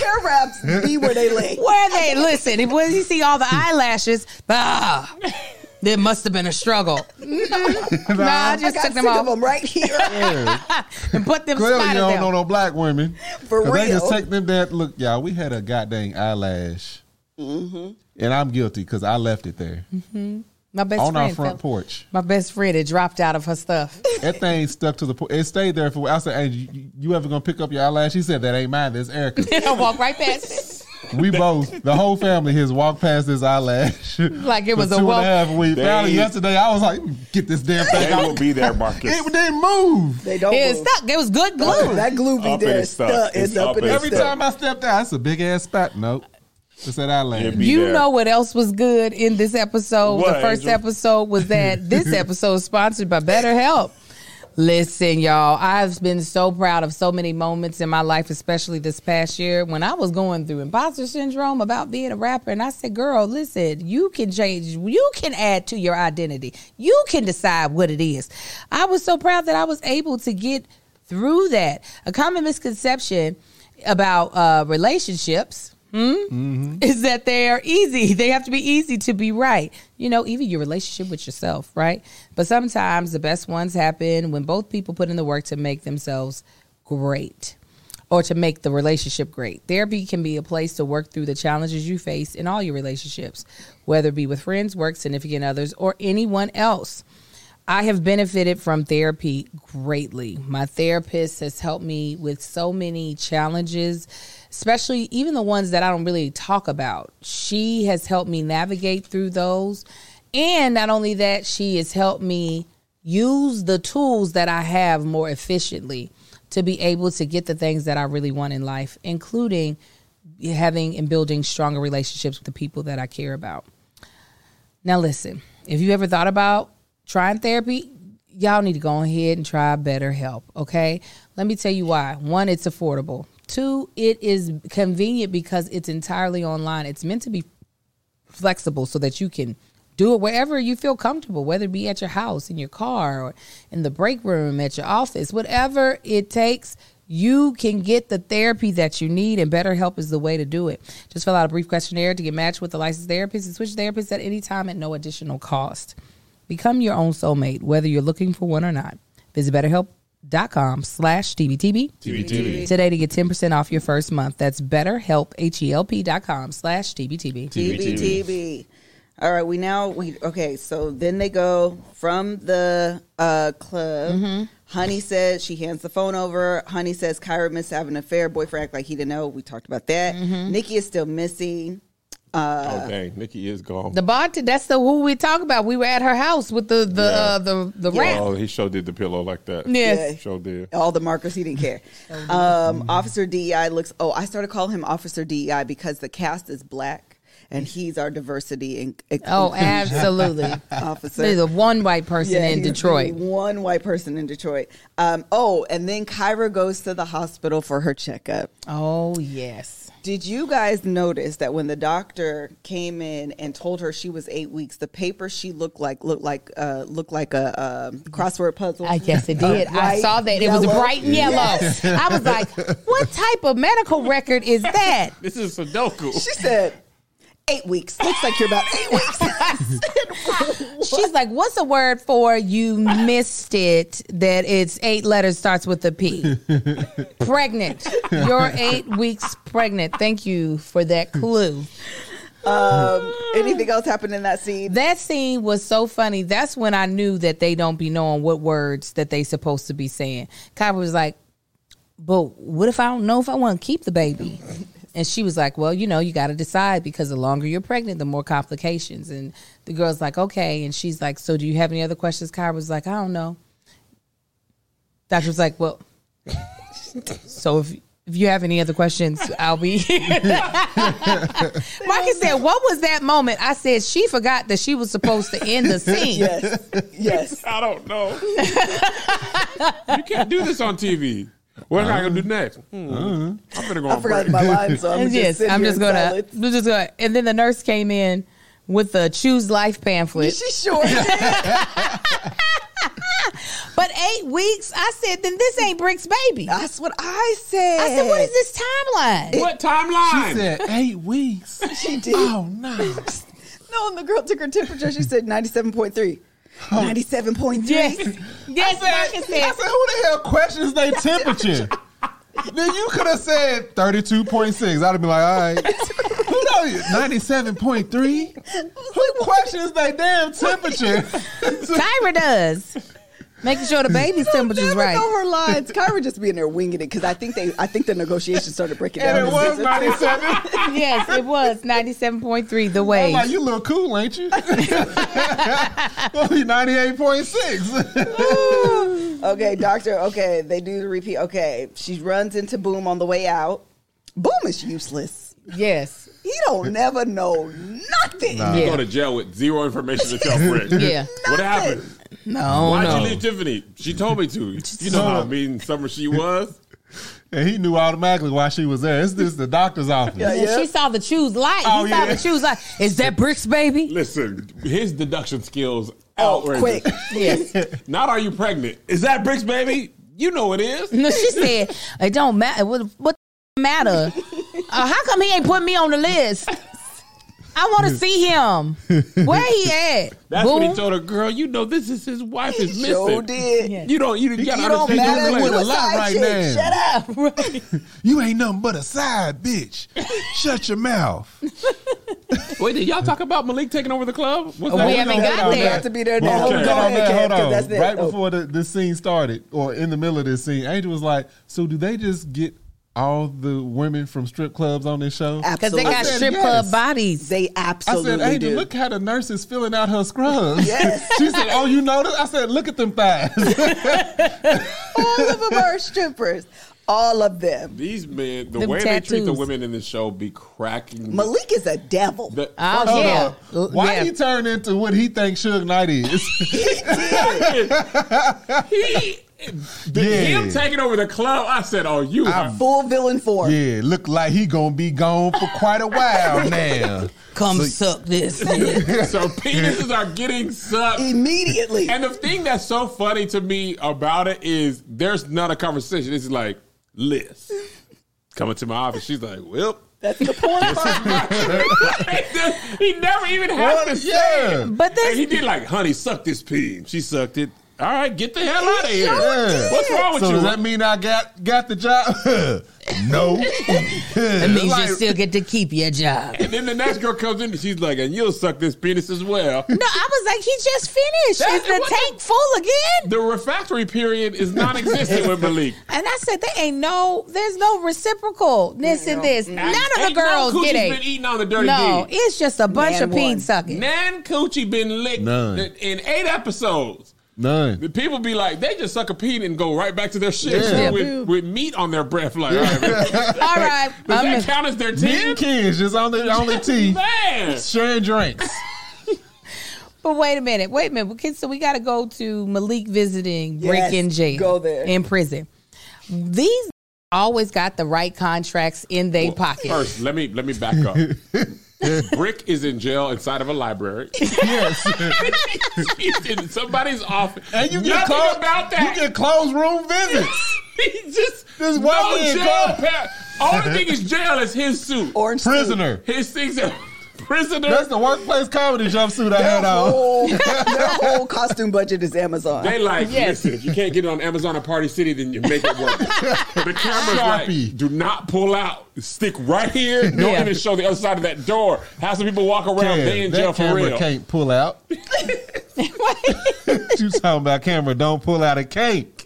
Speaker 1: Hair wraps be where they lay.
Speaker 2: Where they listen, if when you see all the eyelashes, ah, there must have been a struggle. <laughs> nah, I
Speaker 1: I
Speaker 2: just
Speaker 1: got
Speaker 2: took
Speaker 1: sick
Speaker 2: them
Speaker 1: of
Speaker 2: off
Speaker 1: them right here.
Speaker 2: and put them
Speaker 4: Clearly, you
Speaker 2: spiders
Speaker 4: don't know
Speaker 2: down.
Speaker 4: no black women.
Speaker 1: For
Speaker 4: 'Cause They just
Speaker 1: real.
Speaker 4: take them that look, y'all. We had a goddamn eyelash,
Speaker 2: Mm-hmm.
Speaker 4: and I'm guilty because I left it there
Speaker 2: My best
Speaker 4: on our
Speaker 2: friend,
Speaker 4: front
Speaker 2: fell-
Speaker 4: porch.
Speaker 2: my best friend, it dropped out of her stuff.
Speaker 4: That thing stuck to the point. It stayed there for. I said, "Hey, you, you ever gonna pick up your eyelash?" He said, "That ain't mine. That's Erica."
Speaker 2: <laughs> I walked right past
Speaker 4: We both, the whole family, has walked past this
Speaker 2: <laughs>
Speaker 4: eyelash
Speaker 2: Like it was
Speaker 4: for
Speaker 2: a
Speaker 4: two
Speaker 2: wel-
Speaker 4: and a half weeks.
Speaker 3: They-
Speaker 4: Finally, yesterday, I was like, "Get this damn thing out!"
Speaker 3: be there, Marcus.
Speaker 4: It didn't move.
Speaker 1: They don't.
Speaker 2: it. It
Speaker 1: move.
Speaker 2: stuck. It was good glue.
Speaker 1: That glue be
Speaker 3: Up and
Speaker 1: there.
Speaker 3: it's stuck.
Speaker 1: stuck. It's,
Speaker 3: It's
Speaker 1: up,
Speaker 3: up
Speaker 1: and
Speaker 3: and
Speaker 1: it's
Speaker 4: Every
Speaker 1: stuck.
Speaker 4: time I stepped out, it's a big ass spot. Nope, it's that eyelash.
Speaker 3: It'd be
Speaker 2: You
Speaker 3: there.
Speaker 2: know what else was good in this episode?
Speaker 3: What,
Speaker 2: the first
Speaker 3: Angel?
Speaker 2: episode was
Speaker 3: <laughs>
Speaker 2: that this episode is sponsored by BetterHelp. Listen, y'all, I've been so proud of so many moments in my life, especially this past year when I was going through imposter syndrome about being a rapper. And I said, girl, listen, you can change, you can add to your identity, you can decide what it is. I was so proud that I was able to get through that. A common misconception about uh, relationships. <laughs> is that they are easy. <laughs> They have to be easy to be right. You know, even your relationship with yourself, right? But sometimes the best ones happen when both people put in the work to make themselves great or to make the relationship great. Therapy can be a place to work through the challenges you face in all your relationships, whether it be with friends, work, significant others, or anyone else. I have benefited from therapy greatly. My therapist has helped me with so many challenges, especially even the ones that I don't really talk about. She has helped me navigate through those. And not only that, she has helped me use the tools that I have more efficiently to be able to get the things that I really want in life, including having and building stronger relationships with the people that I care about. Now, listen, if you ever thought about trying therapy, y'all need to go ahead and try BetterHelp, okay? Let me tell you why. One, it's affordable. Two, it is convenient because it's entirely online. It's meant to be flexible so that you can do it wherever you feel comfortable, whether it be at your house, in your car, or in the break room, at your office, whatever it takes. You can get the therapy that you need, and BetterHelp is the way to do it. Just fill out a brief questionnaire to get matched with a licensed therapist and switch therapists at any time at no additional cost. Become your own soulmate, whether you're looking for one or not. Visit betterhelp.com slash TBTB
Speaker 3: TBTB.
Speaker 2: today to get 10% off your first month. That's betterhelp, H-E-L-P dot com slash TBTB.
Speaker 1: BBTB. All right, we now we okay. So then they go from the uh, club. Honey says she hands the phone over. Honey says Kyra missed having an affair. Boyfriend act like he didn't know. We talked about that. Nikki is still missing.
Speaker 3: oh dang, Nikki is gone.
Speaker 2: The bartender, that's the who we talk about. We were at her house with the the
Speaker 3: Yeah.
Speaker 2: uh, the the rat.
Speaker 3: oh, he sure did the pillow like that.
Speaker 2: Yes.
Speaker 1: Yeah.
Speaker 3: sure did.
Speaker 1: all the markers. He didn't <laughs> care. Um, Officer DEI looks. Oh, I started calling him Officer DEI because the cast is black and he's our diversity and <laughs>
Speaker 2: Oh,
Speaker 1: inclusion
Speaker 2: absolutely.
Speaker 1: officer.
Speaker 2: There's a one white person
Speaker 1: Yeah,
Speaker 2: in
Speaker 1: he's
Speaker 2: Detroit.
Speaker 1: the One white person in Detroit. Um, oh, and then Kyra goes to the hospital for her checkup.
Speaker 2: Oh yes.
Speaker 1: Did you guys notice that when the doctor came in and told her she was eight weeks, the paper she looked like looked like uh, looked like a um, crossword puzzle?
Speaker 2: I guess it did. I
Speaker 1: bright
Speaker 2: saw that. It was
Speaker 1: yellow.
Speaker 2: bright and yellow. I was like, what type of medical record is that?
Speaker 3: This is Sudoku.
Speaker 1: She said, eight weeks. Looks like you're about eight weeks.
Speaker 2: She's like, what's a word for you missed it that it's eight letters starts with a P? pregnant. You're eight weeks pregnant. Thank you for that clue.
Speaker 1: Um, anything else happened in that scene?
Speaker 2: That scene was so funny. That's when I knew that they don't be knowing what words that they supposed to be saying. Kyra was like, "But what if I don't know if I want to keep the baby?" And she was like, "Well, you know, you got to decide because the longer you're pregnant, the more complications." And the girl's like, "Okay," and she's like, "So do you have any other questions?" Kyra was like, "I don't know." Doctor was like, "Well, <laughs> so if." If you have any other questions, I'll be here. <laughs> Marcus said, What was that moment? I said, She forgot that she was supposed to end
Speaker 1: <laughs>
Speaker 2: the scene.
Speaker 1: Yes. Yes.
Speaker 3: I don't know. you can't do this on TV. What am I gonna do next? Hmm. I'm gonna go.
Speaker 1: I
Speaker 3: On
Speaker 1: forgot
Speaker 3: break.
Speaker 1: my line, so I'm
Speaker 2: And yes,
Speaker 1: just
Speaker 2: I'm just gonna,
Speaker 1: going to.
Speaker 2: we're just gonna. And then the nurse came in with the choose life pamphlet.
Speaker 1: She
Speaker 2: <laughs>
Speaker 1: sure did.
Speaker 2: But eight weeks, I said, then this ain't Brick's baby. I
Speaker 1: That's what I said.
Speaker 2: said, what is this timeline?
Speaker 3: What timeline?
Speaker 4: She said eight weeks. <laughs>
Speaker 1: She did.
Speaker 4: Oh no!
Speaker 1: No, and the girl took her temperature. She said 97.3. 97.3.
Speaker 2: <laughs> Yes, yes, Marcus
Speaker 4: I
Speaker 2: said.
Speaker 4: said, who the hell questions their temperature? then you could have said 32.6. I'd have been like, all right. Who know you? 97.3? Who questions their damn temperature?
Speaker 2: Tyra does. Making sure
Speaker 1: <laughs>
Speaker 2: the baby's temperature's
Speaker 1: Never
Speaker 2: right.
Speaker 1: know her lines. <laughs> Kyra just being there winging it because I think they, I think the negotiation started breaking down.
Speaker 4: and it was 97.
Speaker 2: Yes, it was 97.3 the
Speaker 4: I'm
Speaker 2: way.
Speaker 4: like, you look cool, ain't you? <laughs> Only 98.6.
Speaker 1: Okay, doctor. Okay, they do the repeat. Okay, she runs into Boom on the way out. Boom is useless.
Speaker 2: Yes.
Speaker 1: He
Speaker 4: <laughs>
Speaker 1: don't never know nothing.
Speaker 4: Nah.
Speaker 3: You
Speaker 2: Yeah.
Speaker 3: go to jail with zero information to tell <laughs> Britt.
Speaker 2: Yeah.
Speaker 3: What happened?
Speaker 2: No,
Speaker 3: Why'd
Speaker 2: no.
Speaker 3: you leave Tiffany? She told me to. You know how mean summer she was.
Speaker 4: and he knew automatically why she was there. It's just the doctor's office.
Speaker 1: Yeah,
Speaker 2: And She saw the choose light.
Speaker 4: Oh,
Speaker 2: he saw
Speaker 4: yeah.
Speaker 2: the choose light. Is that Brick's baby?
Speaker 3: Listen, his deduction skills
Speaker 1: Oh,
Speaker 3: outrageous.
Speaker 1: quick. <laughs>
Speaker 2: Yes.
Speaker 3: Not are you pregnant? Is that Brick's baby? You know it is.
Speaker 4: <laughs>
Speaker 2: No, she said it don't matter. What, what the matter? Uh, how come he ain't put me on the list? I want to see him. Where he at?
Speaker 3: <laughs> That's what he
Speaker 2: Boom.
Speaker 3: told her, girl. You know this is his wife is missing.
Speaker 1: Joe did.
Speaker 2: Yeah.
Speaker 3: You don't. You, you gotta
Speaker 4: You don't
Speaker 3: understand.
Speaker 4: matter
Speaker 3: you're
Speaker 4: with
Speaker 3: playing.
Speaker 4: a lot
Speaker 1: side
Speaker 4: right
Speaker 1: chick.
Speaker 4: now.
Speaker 1: Shut up.
Speaker 4: You ain't nothing but a side bitch. Shut your mouth.
Speaker 3: Wait, did y'all talk about Malik taking over the club? What's
Speaker 1: Oh,
Speaker 2: We
Speaker 3: that?
Speaker 2: haven't
Speaker 4: gonna
Speaker 2: got
Speaker 4: hold
Speaker 2: there.
Speaker 4: on
Speaker 1: Got to be there
Speaker 3: Well,
Speaker 1: now.
Speaker 3: okay.
Speaker 1: Go
Speaker 4: Hold on,
Speaker 1: ahead,
Speaker 4: man,
Speaker 1: Kat, 'cause
Speaker 4: hold
Speaker 1: that's
Speaker 4: on.
Speaker 1: it.
Speaker 4: Right
Speaker 1: Oh.
Speaker 4: before the, the scene started, or in the middle of this scene, Angel was like, "So do they just get all the women from strip clubs on this show?"
Speaker 2: Because they got
Speaker 1: Absolutely.
Speaker 2: strip
Speaker 4: yes.
Speaker 2: club bodies.
Speaker 1: They
Speaker 4: I said,
Speaker 1: absolutely
Speaker 4: "Angel,
Speaker 1: do.
Speaker 4: look how the nurse is filling out her
Speaker 1: <laughs>
Speaker 4: scrubs."
Speaker 1: Yes.
Speaker 4: <laughs> she said, "Oh, you noticed?" I said, "Look at them thighs." <laughs>
Speaker 1: All of them are strippers. All of them.
Speaker 3: These men, the
Speaker 2: Them
Speaker 3: way they treat the
Speaker 2: tattoos.
Speaker 3: women in the show, be cracking. me.
Speaker 1: Malik is a devil.
Speaker 3: The-
Speaker 2: Oh,
Speaker 4: Hold
Speaker 2: yeah.
Speaker 4: on.
Speaker 2: L-
Speaker 4: Why
Speaker 2: yeah.
Speaker 4: he turn into what he thinks Suge Knight is?
Speaker 1: <laughs>
Speaker 4: <laughs>
Speaker 3: he, the-
Speaker 4: Yeah.
Speaker 3: him taking over the club. I said, "Oh, you are
Speaker 1: Full villain form.
Speaker 4: yeah, look like he gonna be gone for quite
Speaker 1: <laughs>
Speaker 4: a while now.
Speaker 2: Come suck
Speaker 4: <laughs>
Speaker 2: this.
Speaker 3: <laughs> so penises are getting sucked."
Speaker 1: Immediately.
Speaker 3: And the thing that's so funny to me about it is there's not a conversation. It's like Liz coming to my office. She's like, "Well." <laughs>
Speaker 1: That's the point.
Speaker 3: he never even has to say it.
Speaker 4: yeah.
Speaker 2: but
Speaker 3: And
Speaker 2: this,
Speaker 3: he did like, honey, suck this peen. She sucked it. All right, get the hell out of here.
Speaker 4: did.
Speaker 3: What's wrong with
Speaker 4: So
Speaker 3: you?
Speaker 4: does that mean I got got the job? <laughs>
Speaker 2: <laughs>
Speaker 4: no.
Speaker 2: that means you still get to keep your job.
Speaker 3: and then the next girl comes in and she's like, and you'll suck this penis as well.
Speaker 2: No, I was like, he just finished.
Speaker 3: That-
Speaker 2: Is the
Speaker 3: what the-
Speaker 2: tank full again?
Speaker 3: The refractory period is non existent with Malik.
Speaker 2: And I said, there ain't no, there's no recipralness in this. <laughs> None of the
Speaker 3: Ain't no
Speaker 2: girls
Speaker 3: coochie's
Speaker 2: get
Speaker 3: been
Speaker 2: it.
Speaker 3: eating on the dirty
Speaker 2: No,
Speaker 3: deed.
Speaker 2: it's just a bunch
Speaker 1: Man
Speaker 2: of peen
Speaker 1: one.
Speaker 3: <laughs>
Speaker 2: sucking.
Speaker 3: Nan Coochie been licked
Speaker 4: None.
Speaker 3: in eight episodes.
Speaker 4: None.
Speaker 3: The people be like, they just suck a peen and go right back to their shit
Speaker 4: Yeah.
Speaker 3: with, with meat on their breath. Like, all right, man. does
Speaker 2: All right. um,
Speaker 3: that
Speaker 2: <laughs> I'm-
Speaker 3: count as their team?
Speaker 4: Ten kids just on the
Speaker 3: <laughs>
Speaker 4: on the tee,
Speaker 3: Man, <laughs>
Speaker 4: sharing drinks.
Speaker 2: but wait a minute. Wait a minute. Okay, so we got to go to Malik visiting Rick
Speaker 1: Yes,
Speaker 2: in jail.
Speaker 1: go there.
Speaker 2: In prison. These always got the right contracts in their pocket.
Speaker 3: First, let me let me back
Speaker 4: <laughs>
Speaker 3: up. Brick is in jail inside of a library.
Speaker 4: yes,
Speaker 3: He's in somebody's office.
Speaker 4: and you get
Speaker 3: Nothing
Speaker 4: closed.
Speaker 3: about that.
Speaker 4: You get closed room visits.
Speaker 3: <laughs> he just
Speaker 4: This
Speaker 3: no
Speaker 4: white man
Speaker 3: jail.
Speaker 4: called-
Speaker 3: pa- Only thing is jail is his suit.
Speaker 1: Orange suit.
Speaker 4: Prisoner.
Speaker 3: his <laughs> things are prisoner.
Speaker 4: That's the workplace comedy jumpsuit I
Speaker 1: Their
Speaker 4: had on. <laughs>
Speaker 1: whole, their whole costume budget is Amazon.
Speaker 3: they like,
Speaker 2: Yes.
Speaker 3: listen, if you can't get it on Amazon or Party City, then you make it
Speaker 4: <laughs>
Speaker 3: work. the camera's like,
Speaker 4: Sharpie.
Speaker 3: do not pull out. Stick right
Speaker 4: <laughs>
Speaker 3: here. Don't
Speaker 2: Yeah.
Speaker 3: even show the other side of that door. Have some people walk around. they
Speaker 4: Damn,
Speaker 3: in jail
Speaker 4: that
Speaker 3: for
Speaker 4: camera
Speaker 3: real.
Speaker 4: can't
Speaker 3: <laughs>
Speaker 4: pull out. <laughs> you talking about camera? Don't pull out a cake.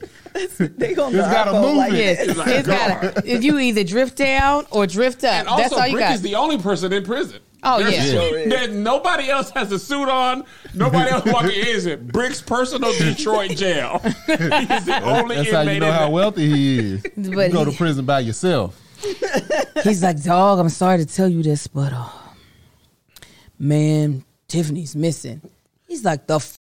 Speaker 1: they gonna
Speaker 4: It's gotta
Speaker 1: iPhone
Speaker 4: move
Speaker 1: like
Speaker 4: it.
Speaker 1: this.
Speaker 2: Yes, it's got if you either drift down or drift up.
Speaker 3: And also,
Speaker 2: That's all you
Speaker 3: Brick
Speaker 2: got.
Speaker 3: is the only person in prison.
Speaker 2: Oh,
Speaker 3: There's-
Speaker 2: yeah.
Speaker 1: Sure is.
Speaker 3: there's- nobody else has a suit on. Nobody else walking in. Is it Brick's personal Detroit jail?
Speaker 2: <laughs>
Speaker 3: He's the only
Speaker 4: That's
Speaker 3: inmate
Speaker 4: how you know
Speaker 3: in
Speaker 4: how
Speaker 3: there.
Speaker 4: wealthy he is.
Speaker 2: <laughs>
Speaker 4: You
Speaker 2: But
Speaker 4: go to
Speaker 2: he-
Speaker 4: prison by yourself.
Speaker 2: He's like, dog, I'm sorry to tell you this, but uh, man, Tiffany's missing. He's like, the f-.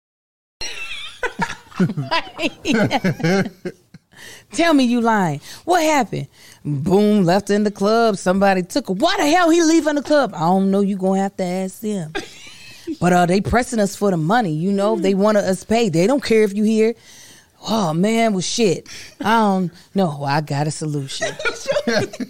Speaker 2: <laughs> tell me you lying. What happened? Boom, left in the club. Somebody took her. Why the hell he leaving the club? I don't know. You gonna have to ask them. But uh, they pressing us for the money. You know, they want us paid. They don't care if you here. Oh man, well shit. I don't know. I got a solution. <laughs>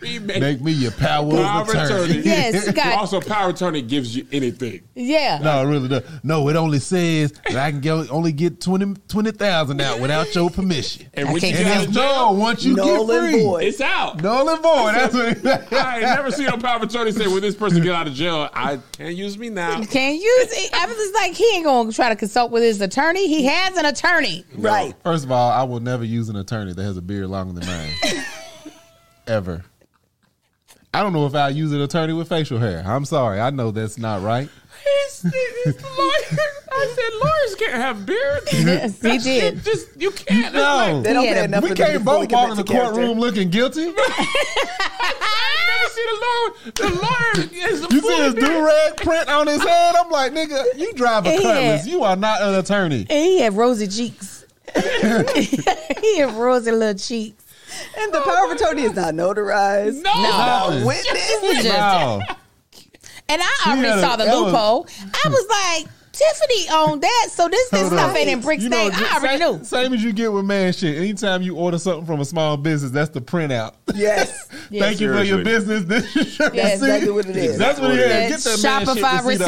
Speaker 3: Pre-made
Speaker 4: Make me your power,
Speaker 3: Power
Speaker 4: of attorney.
Speaker 3: attorney.
Speaker 2: Yes, you got
Speaker 3: Also, power attorney gives you anything.
Speaker 2: yeah.
Speaker 4: No, it really does. No, it only says that I can go, only get 20 20,000 out without your permission.
Speaker 3: And
Speaker 2: I
Speaker 3: when you
Speaker 2: can't
Speaker 4: And
Speaker 3: get out of
Speaker 4: it's
Speaker 3: jail,
Speaker 4: no, once you
Speaker 1: Null
Speaker 4: get
Speaker 1: and
Speaker 4: free.
Speaker 1: void.
Speaker 3: it's out.
Speaker 4: Null and void. That's what
Speaker 3: I ain't never seen a power attorney say, "When this person get out of jail, I can't use me now."
Speaker 2: Can't use it. I was just like, he ain't gonna try to consult with his attorney. He has an attorney.
Speaker 1: Right.
Speaker 4: <laughs> First of all, I will never use an attorney that has a beard longer than mine.
Speaker 1: <laughs>
Speaker 4: Ever. I don't know if I'll use an attorney with facial hair. I'm sorry. I know that's not right.
Speaker 3: It's, it's lawyers. I said lawyers can't have beards.
Speaker 2: Yes, he did.
Speaker 3: Just you can't.
Speaker 4: No.
Speaker 1: <laughs> They don't
Speaker 2: He had
Speaker 1: pay
Speaker 2: a-
Speaker 1: enough
Speaker 4: We
Speaker 1: for them
Speaker 4: can't
Speaker 1: before we
Speaker 4: both
Speaker 1: get
Speaker 4: walk
Speaker 1: back
Speaker 4: in the
Speaker 1: to character.
Speaker 4: courtroom
Speaker 1: <laughs>
Speaker 4: looking guilty.
Speaker 3: I never seen a lawyer. The lawyer is a
Speaker 4: You
Speaker 3: fool
Speaker 4: see his
Speaker 3: in there.
Speaker 4: do rag print on his head? I'm like, nigga, you drive a
Speaker 2: Yeah.
Speaker 4: cutlass. You are not an attorney.
Speaker 2: And he had rosy <laughs> cheeks. he had rosy little cheeks.
Speaker 1: And the power of attorney is not notarized.
Speaker 3: No.
Speaker 1: Not
Speaker 4: No. <laughs>
Speaker 1: witness.
Speaker 2: Just-
Speaker 4: Wow.
Speaker 2: and I
Speaker 4: had
Speaker 2: already
Speaker 4: a-
Speaker 2: saw the
Speaker 4: that was-
Speaker 2: loophole. I was like, Tiffany on that, so this this
Speaker 4: Hold
Speaker 2: stuff
Speaker 4: on.
Speaker 2: ain't in brick
Speaker 4: You know,
Speaker 2: stain.
Speaker 4: just
Speaker 2: I already
Speaker 4: same,
Speaker 2: knew.
Speaker 4: <laughs> Same as you get with man shit. Anytime you order something from a small business, that's the printout. <laughs>
Speaker 1: Yes.
Speaker 4: Thank you for
Speaker 3: Seriously.
Speaker 4: your business. <laughs> This is your
Speaker 2: Yeah,
Speaker 1: That's
Speaker 4: receipt.
Speaker 1: exactly what it is.
Speaker 4: That's what it
Speaker 2: Yeah,
Speaker 4: is. Get that man
Speaker 2: Shopify
Speaker 4: shit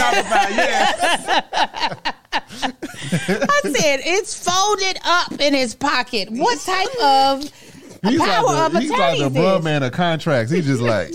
Speaker 2: receipt.
Speaker 4: receipt. over there. <laughs> Shopify, yeah.
Speaker 2: I said it's folded up in his pocket. What type of
Speaker 4: He's
Speaker 2: power
Speaker 4: like
Speaker 2: of
Speaker 4: the, he's like
Speaker 2: attorney
Speaker 4: the
Speaker 2: is
Speaker 4: bro
Speaker 2: this?
Speaker 4: man of contracts. He's just like,
Speaker 1: He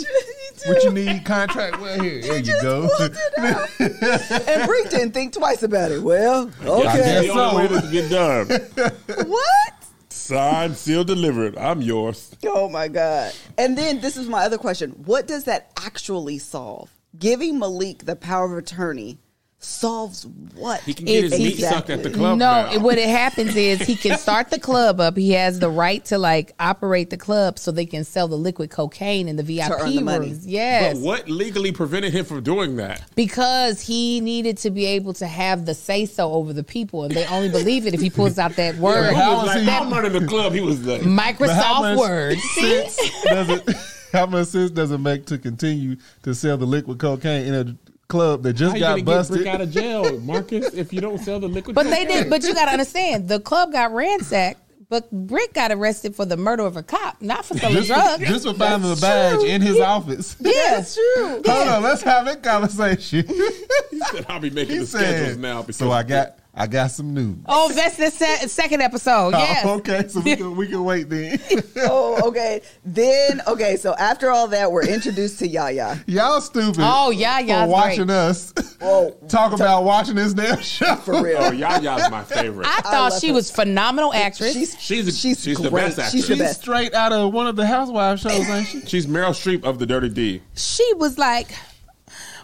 Speaker 4: what you
Speaker 1: just-
Speaker 4: need? Contract? Well, here, there you
Speaker 1: just
Speaker 4: go.
Speaker 1: pulled it out. and Brink didn't think twice about it. Well, okay.
Speaker 4: guess
Speaker 3: That's the only
Speaker 4: so.
Speaker 3: way to get
Speaker 4: <laughs>
Speaker 3: done.
Speaker 1: What?
Speaker 3: Signed, sealed, delivered. I'm yours.
Speaker 1: Oh my God. And then this is my other question. What does that actually solve? Giving Malik the power of attorney solves what?
Speaker 3: He can get his meat
Speaker 1: Exactly.
Speaker 3: sucked at the club.
Speaker 2: No,
Speaker 3: now.
Speaker 2: it- what it happens is he can start the club up. He has the right to like operate the club so they can sell the liquid cocaine in the VIP
Speaker 1: earn the money.
Speaker 2: rooms.
Speaker 3: But
Speaker 2: Yes,
Speaker 3: what legally prevented him from doing that?
Speaker 2: because he needed to be able to have the say so over the people, and they only believe it if he pulls out
Speaker 3: <laughs>
Speaker 2: that word,
Speaker 4: How
Speaker 3: He was
Speaker 4: is
Speaker 3: like,
Speaker 4: he-
Speaker 3: I'm running the club. He was like,
Speaker 2: <laughs>
Speaker 4: But
Speaker 2: Microsoft
Speaker 4: how much
Speaker 2: word.
Speaker 4: sense does it? <laughs> How much sense does it make to continue to sell the liquid cocaine in a club that just
Speaker 3: How you gonna
Speaker 4: got
Speaker 3: get Brick
Speaker 4: busted?
Speaker 3: out of jail, Marcus? if you don't sell the liquid,
Speaker 2: But they did. But you got to understand, the club got ransacked. But Brick got arrested for the murder of a cop, not
Speaker 3: <laughs>
Speaker 2: for selling
Speaker 4: Just,
Speaker 2: drugs.
Speaker 4: just for finding the badge in his office. <laughs>
Speaker 2: yeah.
Speaker 1: That's true.
Speaker 4: Hold on, let's have that conversation.
Speaker 3: he said, I'll be making
Speaker 4: He
Speaker 3: the schedules
Speaker 4: said,
Speaker 3: now. Because
Speaker 4: so I got, I got some news.
Speaker 2: Oh, that's the se- second episode. Yes.
Speaker 4: Oh, <laughs> okay, so we can we can wait then. <laughs>
Speaker 1: Oh, okay. Then okay, so after all that, we're introduced to Yaya.
Speaker 4: Y'all stupid.
Speaker 2: Oh, yeah, y'all's
Speaker 4: for watching
Speaker 2: great.
Speaker 4: us <laughs>
Speaker 1: Whoa.
Speaker 4: talk about watching this damn show.
Speaker 1: Oh, For real.
Speaker 4: <laughs>
Speaker 3: Oh, Yaya's my favorite.
Speaker 2: I thought
Speaker 1: love
Speaker 2: she
Speaker 1: her.
Speaker 2: was phenomenal actress.
Speaker 1: She's
Speaker 3: She's a-
Speaker 1: she's,
Speaker 3: she's the
Speaker 1: great.
Speaker 3: best actress.
Speaker 1: She's the
Speaker 4: She's
Speaker 1: best.
Speaker 4: straight out of one of the housewives shows,
Speaker 2: <laughs>
Speaker 4: ain't she?
Speaker 3: She's Meryl Streep of the Dirty D.
Speaker 2: she was like,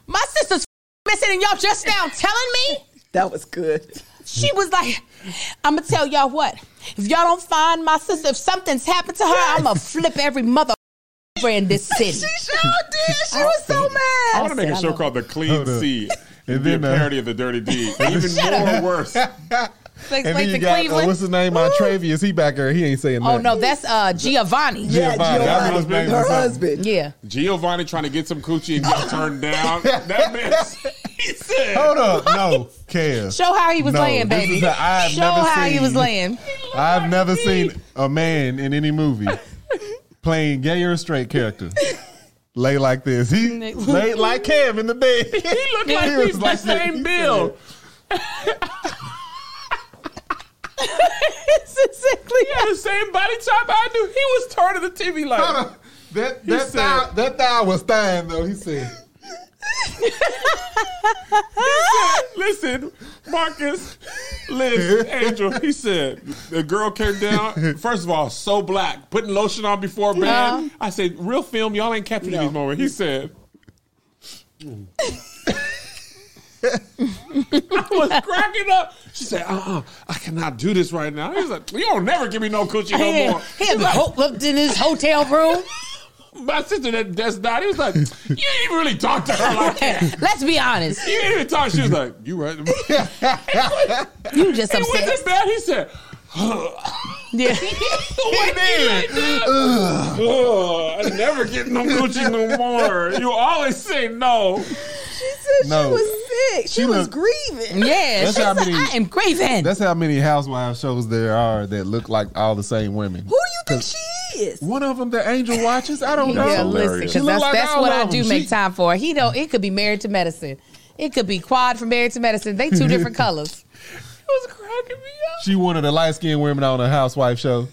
Speaker 2: "My sister's missing, and y'all just now telling me."
Speaker 1: That was good.
Speaker 2: She was like, "I'm gonna tell y'all what. If y'all don't find my sister, if something's happened to her, I'm gonna flip every mother <laughs> over in this city."
Speaker 1: sure did. She was so
Speaker 3: I
Speaker 1: mad.
Speaker 3: want to make a show called The Clean
Speaker 4: Hold up.
Speaker 3: Sea.
Speaker 4: And
Speaker 3: And be a
Speaker 4: then, uh,
Speaker 3: parody of the Dirty
Speaker 4: <laughs>
Speaker 3: D. Even more worse.
Speaker 2: Like,
Speaker 4: And then
Speaker 2: the
Speaker 4: you got uh,
Speaker 2: Cleveland.
Speaker 4: what's his name? Uh, Travius. He back there. He ain't saying
Speaker 2: oh
Speaker 4: nothing.
Speaker 2: no, that's uh, Giovanni. Yeah.
Speaker 1: Yeah,
Speaker 4: Giovanni. That
Speaker 1: Giovanni,
Speaker 3: was my
Speaker 1: her
Speaker 4: husband.
Speaker 1: husband.
Speaker 3: Giovanni trying to get some coochie
Speaker 2: <laughs>
Speaker 3: and got turned down. That man, he said,
Speaker 2: <laughs>
Speaker 4: Hold up. No, Kev.
Speaker 2: Show how he was
Speaker 4: No,
Speaker 2: laying,
Speaker 4: this
Speaker 2: baby.
Speaker 4: is a- I've
Speaker 2: Show
Speaker 4: never
Speaker 2: how he
Speaker 4: seen-
Speaker 2: was laying. <laughs>
Speaker 4: I've never seen a man in any
Speaker 3: <laughs>
Speaker 4: movie playing gay or straight character lay like this. He laid like Kev in
Speaker 3: <laughs>
Speaker 4: the bed. He
Speaker 2: like
Speaker 4: looked was
Speaker 3: he's the
Speaker 4: like this.
Speaker 3: same bill.
Speaker 2: It's exactly
Speaker 3: He had the same body type I do. He was turning the TV
Speaker 4: Hold
Speaker 3: like,
Speaker 4: on. That
Speaker 3: He
Speaker 4: that
Speaker 3: said-
Speaker 4: thigh, that thigh was dying though. He said.
Speaker 3: Listen, Marcus, Liz, Angel, he said the girl came down. First of all, so black, putting lotion on before bed.
Speaker 2: Yeah.
Speaker 3: I said, real film, y'all ain't capturing these moments. He said, <laughs> I was cracking up. She said, uh uh I cannot do this right now. He's like, you don't never give me no coochie no
Speaker 2: He
Speaker 3: more.
Speaker 2: had, he had me hope up in his hotel room.
Speaker 3: My sister that just died, he was like, you didn't really talk to her like that.
Speaker 2: <laughs> Let's be honest.
Speaker 3: You didn't even talk. She was like, you right.
Speaker 2: You just
Speaker 3: He went
Speaker 2: upset.
Speaker 3: to bed. He said,
Speaker 2: Yeah.
Speaker 3: What is? Ugh, I never get no Gucci no more. You always say no.
Speaker 1: She said
Speaker 4: No.
Speaker 1: she was sick. She,
Speaker 4: She
Speaker 1: was
Speaker 4: looked- <laughs>
Speaker 1: grieving.
Speaker 2: Yeah.
Speaker 4: That's
Speaker 2: she
Speaker 4: how
Speaker 2: said,
Speaker 4: many-
Speaker 2: I am grieving.
Speaker 4: That's how many housewives shows there are that look like all the same women.
Speaker 1: Who do you think she is?
Speaker 4: One of them that Angel watches. I don't know.
Speaker 2: Yeah,
Speaker 3: hilarious.
Speaker 2: listen,
Speaker 3: She
Speaker 2: because
Speaker 4: look
Speaker 2: that's,
Speaker 4: like
Speaker 2: that's
Speaker 4: all
Speaker 2: what I
Speaker 4: of
Speaker 2: do
Speaker 4: them.
Speaker 2: make
Speaker 4: She-
Speaker 2: time for. He don't. It could be married to medicine. It could be quad for married to medicine. They two different colors.
Speaker 3: It was cracking me up.
Speaker 4: She one of the light skinned women on a housewife show.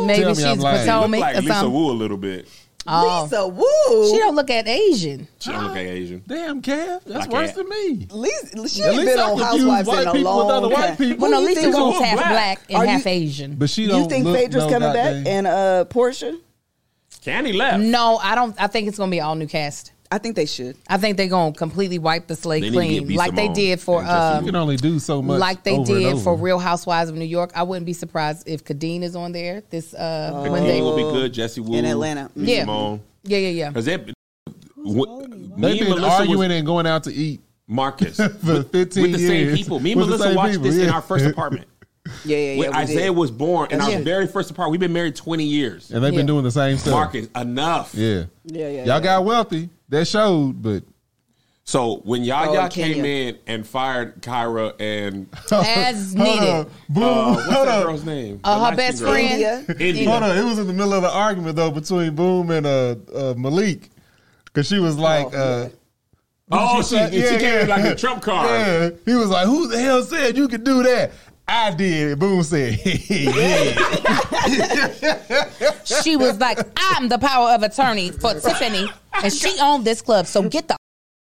Speaker 2: Maybe
Speaker 4: Tell me
Speaker 2: she's
Speaker 4: I'm lying.
Speaker 2: Potomac
Speaker 3: like
Speaker 2: or
Speaker 3: Lisa
Speaker 2: something.
Speaker 3: Wu a little bit.
Speaker 2: Oh.
Speaker 1: Lisa Woo.
Speaker 2: She don't look at Asian.
Speaker 3: She don't look like Asian.
Speaker 4: Damn, Kev, that's
Speaker 3: Like
Speaker 4: worse
Speaker 3: that.
Speaker 4: than me.
Speaker 1: Lisa, she
Speaker 4: At
Speaker 1: ain't
Speaker 4: least
Speaker 1: been
Speaker 4: I
Speaker 1: on
Speaker 4: confuse
Speaker 1: Housewives
Speaker 4: white
Speaker 1: in a
Speaker 4: people with
Speaker 1: long
Speaker 4: other
Speaker 1: time.
Speaker 4: white people.
Speaker 2: Well, no, Lisa
Speaker 1: think-
Speaker 2: Wu's half
Speaker 3: black?
Speaker 2: black, and
Speaker 4: Are you-
Speaker 2: half Asian.
Speaker 4: But she
Speaker 1: You
Speaker 4: don't
Speaker 1: think
Speaker 4: look
Speaker 1: Phaedra's
Speaker 4: no
Speaker 1: coming
Speaker 4: goddamn-
Speaker 1: back and uh, Portia?
Speaker 3: Candy left.
Speaker 2: No, I don't. I think it's gonna be all new cast.
Speaker 1: I think they should.
Speaker 2: I think they're gonna completely wipe the slate
Speaker 3: They need to get
Speaker 2: clean,
Speaker 3: B.
Speaker 2: like they
Speaker 3: Simone
Speaker 2: did for
Speaker 3: and Jessica
Speaker 2: um,
Speaker 4: you can only do so much.
Speaker 2: like they
Speaker 4: over and
Speaker 2: did for
Speaker 4: over.
Speaker 2: Real Housewives of New York. I wouldn't be surprised if Kadeen is on there this uh, when
Speaker 3: He
Speaker 2: they.
Speaker 3: will be good. Jesse Wu
Speaker 1: In Atlanta.
Speaker 2: Yeah.
Speaker 3: Because
Speaker 2: Yeah, yeah, yeah.
Speaker 3: they. w- me
Speaker 4: They've
Speaker 3: and
Speaker 4: been
Speaker 3: Melissa
Speaker 4: arguing
Speaker 3: was-
Speaker 4: and going out to eat
Speaker 3: Marcus <laughs>
Speaker 4: for fifteen
Speaker 3: with the
Speaker 4: years
Speaker 3: same people. Me and
Speaker 4: with the
Speaker 3: Melissa
Speaker 4: same
Speaker 3: watched
Speaker 4: people,
Speaker 3: this in
Speaker 4: yeah.
Speaker 3: our
Speaker 2: <laughs>
Speaker 3: first apartment.
Speaker 1: Yeah, yeah, yeah.
Speaker 3: when
Speaker 1: we
Speaker 3: Isaiah
Speaker 1: did.
Speaker 3: was born, in
Speaker 1: Yeah.
Speaker 3: our very first apartment. We've been married twenty years.
Speaker 4: and they've
Speaker 2: Yeah.
Speaker 4: been doing the same stuff.
Speaker 3: Marcus, enough.
Speaker 4: Yeah.
Speaker 1: Yeah, yeah,
Speaker 4: Y'all
Speaker 1: yeah.
Speaker 4: got wealthy. That showed, but
Speaker 3: So when
Speaker 1: Oh,
Speaker 3: Yaya
Speaker 1: and Kenya.
Speaker 3: came in and fired Kyra
Speaker 4: <laughs>
Speaker 3: and
Speaker 2: As
Speaker 4: Hold
Speaker 2: needed.
Speaker 4: on. Boom.
Speaker 3: uh, what's that
Speaker 4: Hold on.
Speaker 3: girl's name?
Speaker 2: Uh,
Speaker 3: The
Speaker 2: her
Speaker 3: light
Speaker 2: best
Speaker 3: skin girl.
Speaker 2: friend.
Speaker 1: India.
Speaker 3: India.
Speaker 4: Hold on, it was in the middle of an argument though between Boom and uh, uh Malik, because she was like,
Speaker 1: Oh,
Speaker 4: uh,
Speaker 3: Oh, she,
Speaker 4: said-
Speaker 3: she
Speaker 4: yeah,
Speaker 3: came in
Speaker 4: yeah.
Speaker 3: like a trump card.
Speaker 4: yeah. he was like, "Who the hell said you could do that?" I did. And Boom said, <laughs> "Yeah."
Speaker 2: <laughs> She was like, I'm the power of attorney for Tiffany, and she owned this club, so get the f-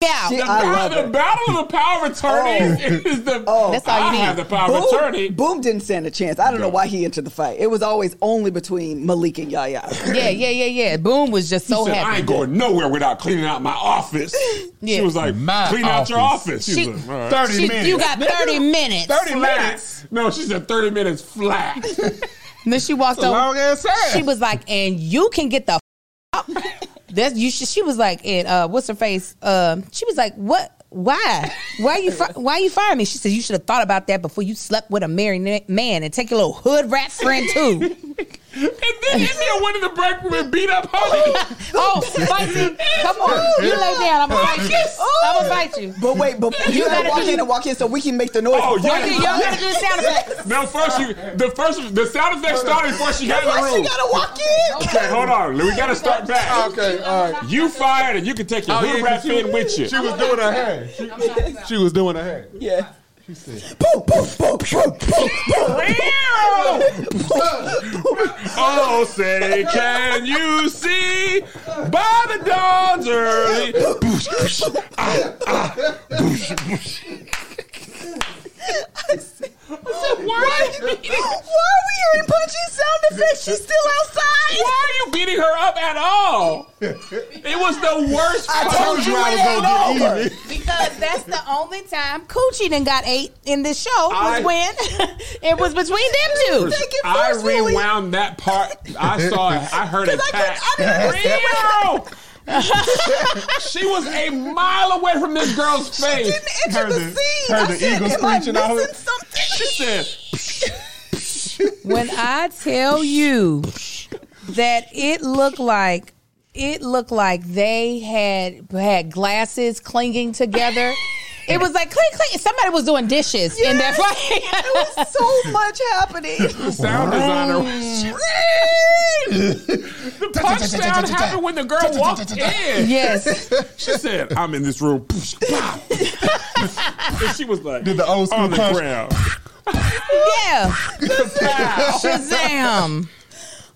Speaker 2: out.
Speaker 1: She-
Speaker 3: The,
Speaker 1: I
Speaker 3: battle-
Speaker 1: love
Speaker 3: the
Speaker 1: it.
Speaker 3: battle of the power of attorney <laughs> is the.
Speaker 1: Oh.
Speaker 2: That's all you
Speaker 3: I
Speaker 2: need.
Speaker 3: have the power of attorney.
Speaker 1: Boom, Boom didn't stand a chance. I don't know
Speaker 3: No.
Speaker 1: why he entered the fight. It was always only between Malik and Yaya.
Speaker 2: yeah, yeah, yeah, yeah. Boom was just so
Speaker 3: She said, I
Speaker 2: happy.
Speaker 3: ain't going nowhere without cleaning out my office.
Speaker 2: <laughs> Yeah.
Speaker 3: She was like,
Speaker 4: My
Speaker 3: clean out your
Speaker 4: office.
Speaker 3: office.
Speaker 2: She-
Speaker 3: She, was like, all right.
Speaker 4: <laughs> Thirty
Speaker 2: She-
Speaker 4: minutes.
Speaker 2: you got 30 minutes.
Speaker 4: 30
Speaker 3: Flat.
Speaker 4: minutes.
Speaker 3: No, she said 30 minutes flat.
Speaker 2: And then she walked
Speaker 4: Long
Speaker 2: over.
Speaker 4: ass ass.
Speaker 2: She was like, and you can get the f- out. That's you. Should, she was like, and uh, what's her face? Um, she was like, what? Why? Why you? Fi- why you fire me? She said you should have thought about that before you slept with a married na- man and take your little hood rat friend too.
Speaker 3: and then India went in the break room and beat up Honey.
Speaker 2: <laughs> oh, spicy! Come on, you lay down. I'm gonna fight you. I'm gonna fight you.
Speaker 1: But wait, but you, gotta
Speaker 2: gotta
Speaker 1: walk
Speaker 2: do-
Speaker 1: in and walk in so we can make the noise.
Speaker 3: Oh,
Speaker 1: before
Speaker 3: yeah.
Speaker 1: we-
Speaker 2: Y'all gotta do the sound <laughs> effects.
Speaker 3: no, first she, the first the sound effect started before she got in
Speaker 1: Why
Speaker 3: the
Speaker 1: she
Speaker 3: room.
Speaker 1: gotta walk in?
Speaker 3: Okay, hold on. We gotta start back.
Speaker 4: okay, all right.
Speaker 3: You fired and you can take your hood
Speaker 4: yeah,
Speaker 3: rat
Speaker 4: 'cause she-
Speaker 3: fin with you.
Speaker 4: She was doing her hair. She, she was doing her <laughs> hair.
Speaker 1: <laughs> Yeah. Boom, boom, boom, boom, boom, boom.
Speaker 3: <laughs> Oh, say, can you see by the dawn's early? Boosh, boosh, ah, ah, boosh, boosh. Why are you beating-
Speaker 1: Why are we hearing punching sound effects? She's still outside.
Speaker 3: why are you beating her up at all? It was the worst.
Speaker 1: I
Speaker 3: fight.
Speaker 1: told you I was gonna get even.
Speaker 2: Because that's the only time Coochie done got eight in this show
Speaker 3: I-
Speaker 2: was when <laughs> it was between them two.
Speaker 1: Take it
Speaker 3: I
Speaker 1: forcefully.
Speaker 3: rewound that part. I saw it.
Speaker 1: <laughs>
Speaker 3: I heard it.
Speaker 1: I couldn't-
Speaker 3: tack.
Speaker 1: I didn't
Speaker 3: Real. <laughs> she was a mile away from this girl's face.
Speaker 1: Didn't enter
Speaker 4: Heard
Speaker 1: the
Speaker 4: the-
Speaker 1: scene.
Speaker 4: heard
Speaker 1: I
Speaker 4: the
Speaker 1: said,
Speaker 4: eagle
Speaker 1: am I
Speaker 4: screeching out.
Speaker 1: missing something?
Speaker 3: She said,
Speaker 2: When I tell you that it looked like it looked like they had had glasses clinging together. It was like clink clink. Somebody was doing dishes in their fight.
Speaker 1: so much happening.
Speaker 3: <laughs> sound designer. the punch sound happened when the girl walked
Speaker 2: <laughs>
Speaker 3: in.
Speaker 2: yes.
Speaker 3: She said, I'm in this room. <laughs> and she was like,
Speaker 4: Did the old school
Speaker 3: on the
Speaker 4: punch.
Speaker 3: ground.
Speaker 2: Yeah.
Speaker 3: Pow.
Speaker 2: Shazam.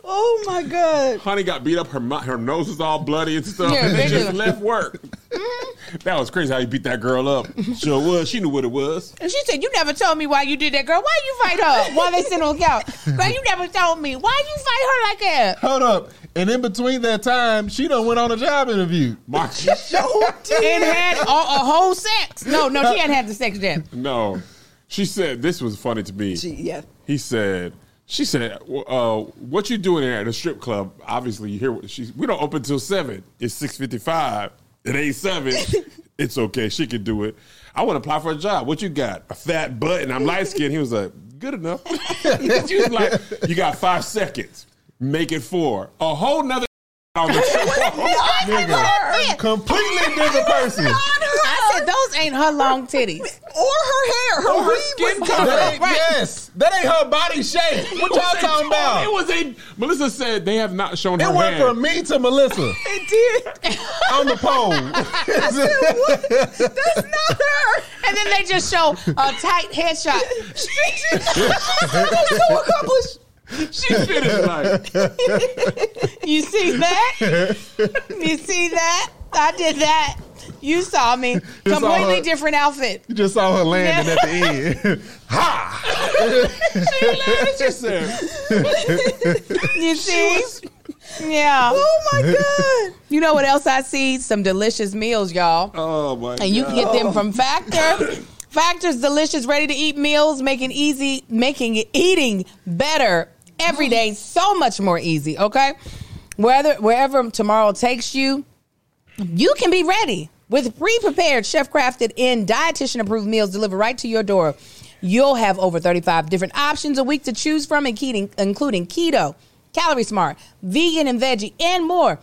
Speaker 1: Oh my god.
Speaker 3: Honey got beat up. Her mu- her nose was all bloody and stuff.
Speaker 2: Yeah,
Speaker 3: and they
Speaker 2: they
Speaker 3: just
Speaker 2: do.
Speaker 3: left work.
Speaker 1: Mm-hmm.
Speaker 3: that was crazy how you beat that girl up. Sure was. She knew what it was.
Speaker 2: And she said, "You never told me why you did that, girl. Why you fight her? Why they sent her out? Girl, you never told me. Why you fight her like that?"
Speaker 4: Hold up. And in between that time, she done went on a job interview.
Speaker 3: My,
Speaker 1: Yo,
Speaker 2: And
Speaker 1: dude.
Speaker 2: had a, a whole sex. No, no, she hadn't had the sex yet.
Speaker 3: <laughs> no, she said this was funny to me.
Speaker 1: She- yeah.
Speaker 3: He said. She said, "W- uh, "What you doing there at a strip club? Obviously, you hear what she. We don't open till seven. It's six fifty-five. It ain't seven. it's okay. She can do it. I want to apply for a job. What you got? A fat butt and I'm light skinned He was like, "Good enough." <laughs> she was like, "You got five seconds. Make it four. A whole nother <laughs> on the trip.
Speaker 4: Nigga, completely different person.
Speaker 2: I said, "Those ain't her
Speaker 1: <laughs>
Speaker 2: long titties."
Speaker 1: Or her hair. Her,
Speaker 3: Or her
Speaker 1: weave
Speaker 3: skin
Speaker 1: was
Speaker 3: color.
Speaker 1: covered.
Speaker 4: That ain't,
Speaker 2: Right.
Speaker 4: Yes. That ain't her body shape. What y'all talking about?
Speaker 3: It was a Melissa said they have not shown her
Speaker 4: It went
Speaker 3: hand.
Speaker 4: from me to Melissa
Speaker 1: It did.
Speaker 4: on the pole.
Speaker 1: That's not her.
Speaker 2: And then they just show a tight
Speaker 1: <laughs>
Speaker 2: headshot.
Speaker 1: She, she, she's so accomplished.
Speaker 3: She finished like,
Speaker 2: You see that? You see that? I did that. You saw me.
Speaker 4: saw
Speaker 2: Completely
Speaker 4: her.
Speaker 2: different outfit.
Speaker 4: <laughs> You just saw her landing at the <laughs> end.
Speaker 3: she
Speaker 4: <laughs>
Speaker 3: said,
Speaker 2: You see? Yeah.
Speaker 1: Oh my god.
Speaker 2: You know what else I see? Some delicious meals, y'all.
Speaker 3: "Oh my!"
Speaker 2: And you
Speaker 3: God.
Speaker 2: can get them from Factor. Factor's delicious, ready to eat meals, making easy, making it eating better every day so much more easy, okay? Whether wherever tomorrow takes you, you can be ready with pre-prepared, chef-crafted, and dietitian-approved meals delivered right to your door. You'll have over 35 different options a week to choose from, including including keto, calorie smart, vegan and veggie, and more.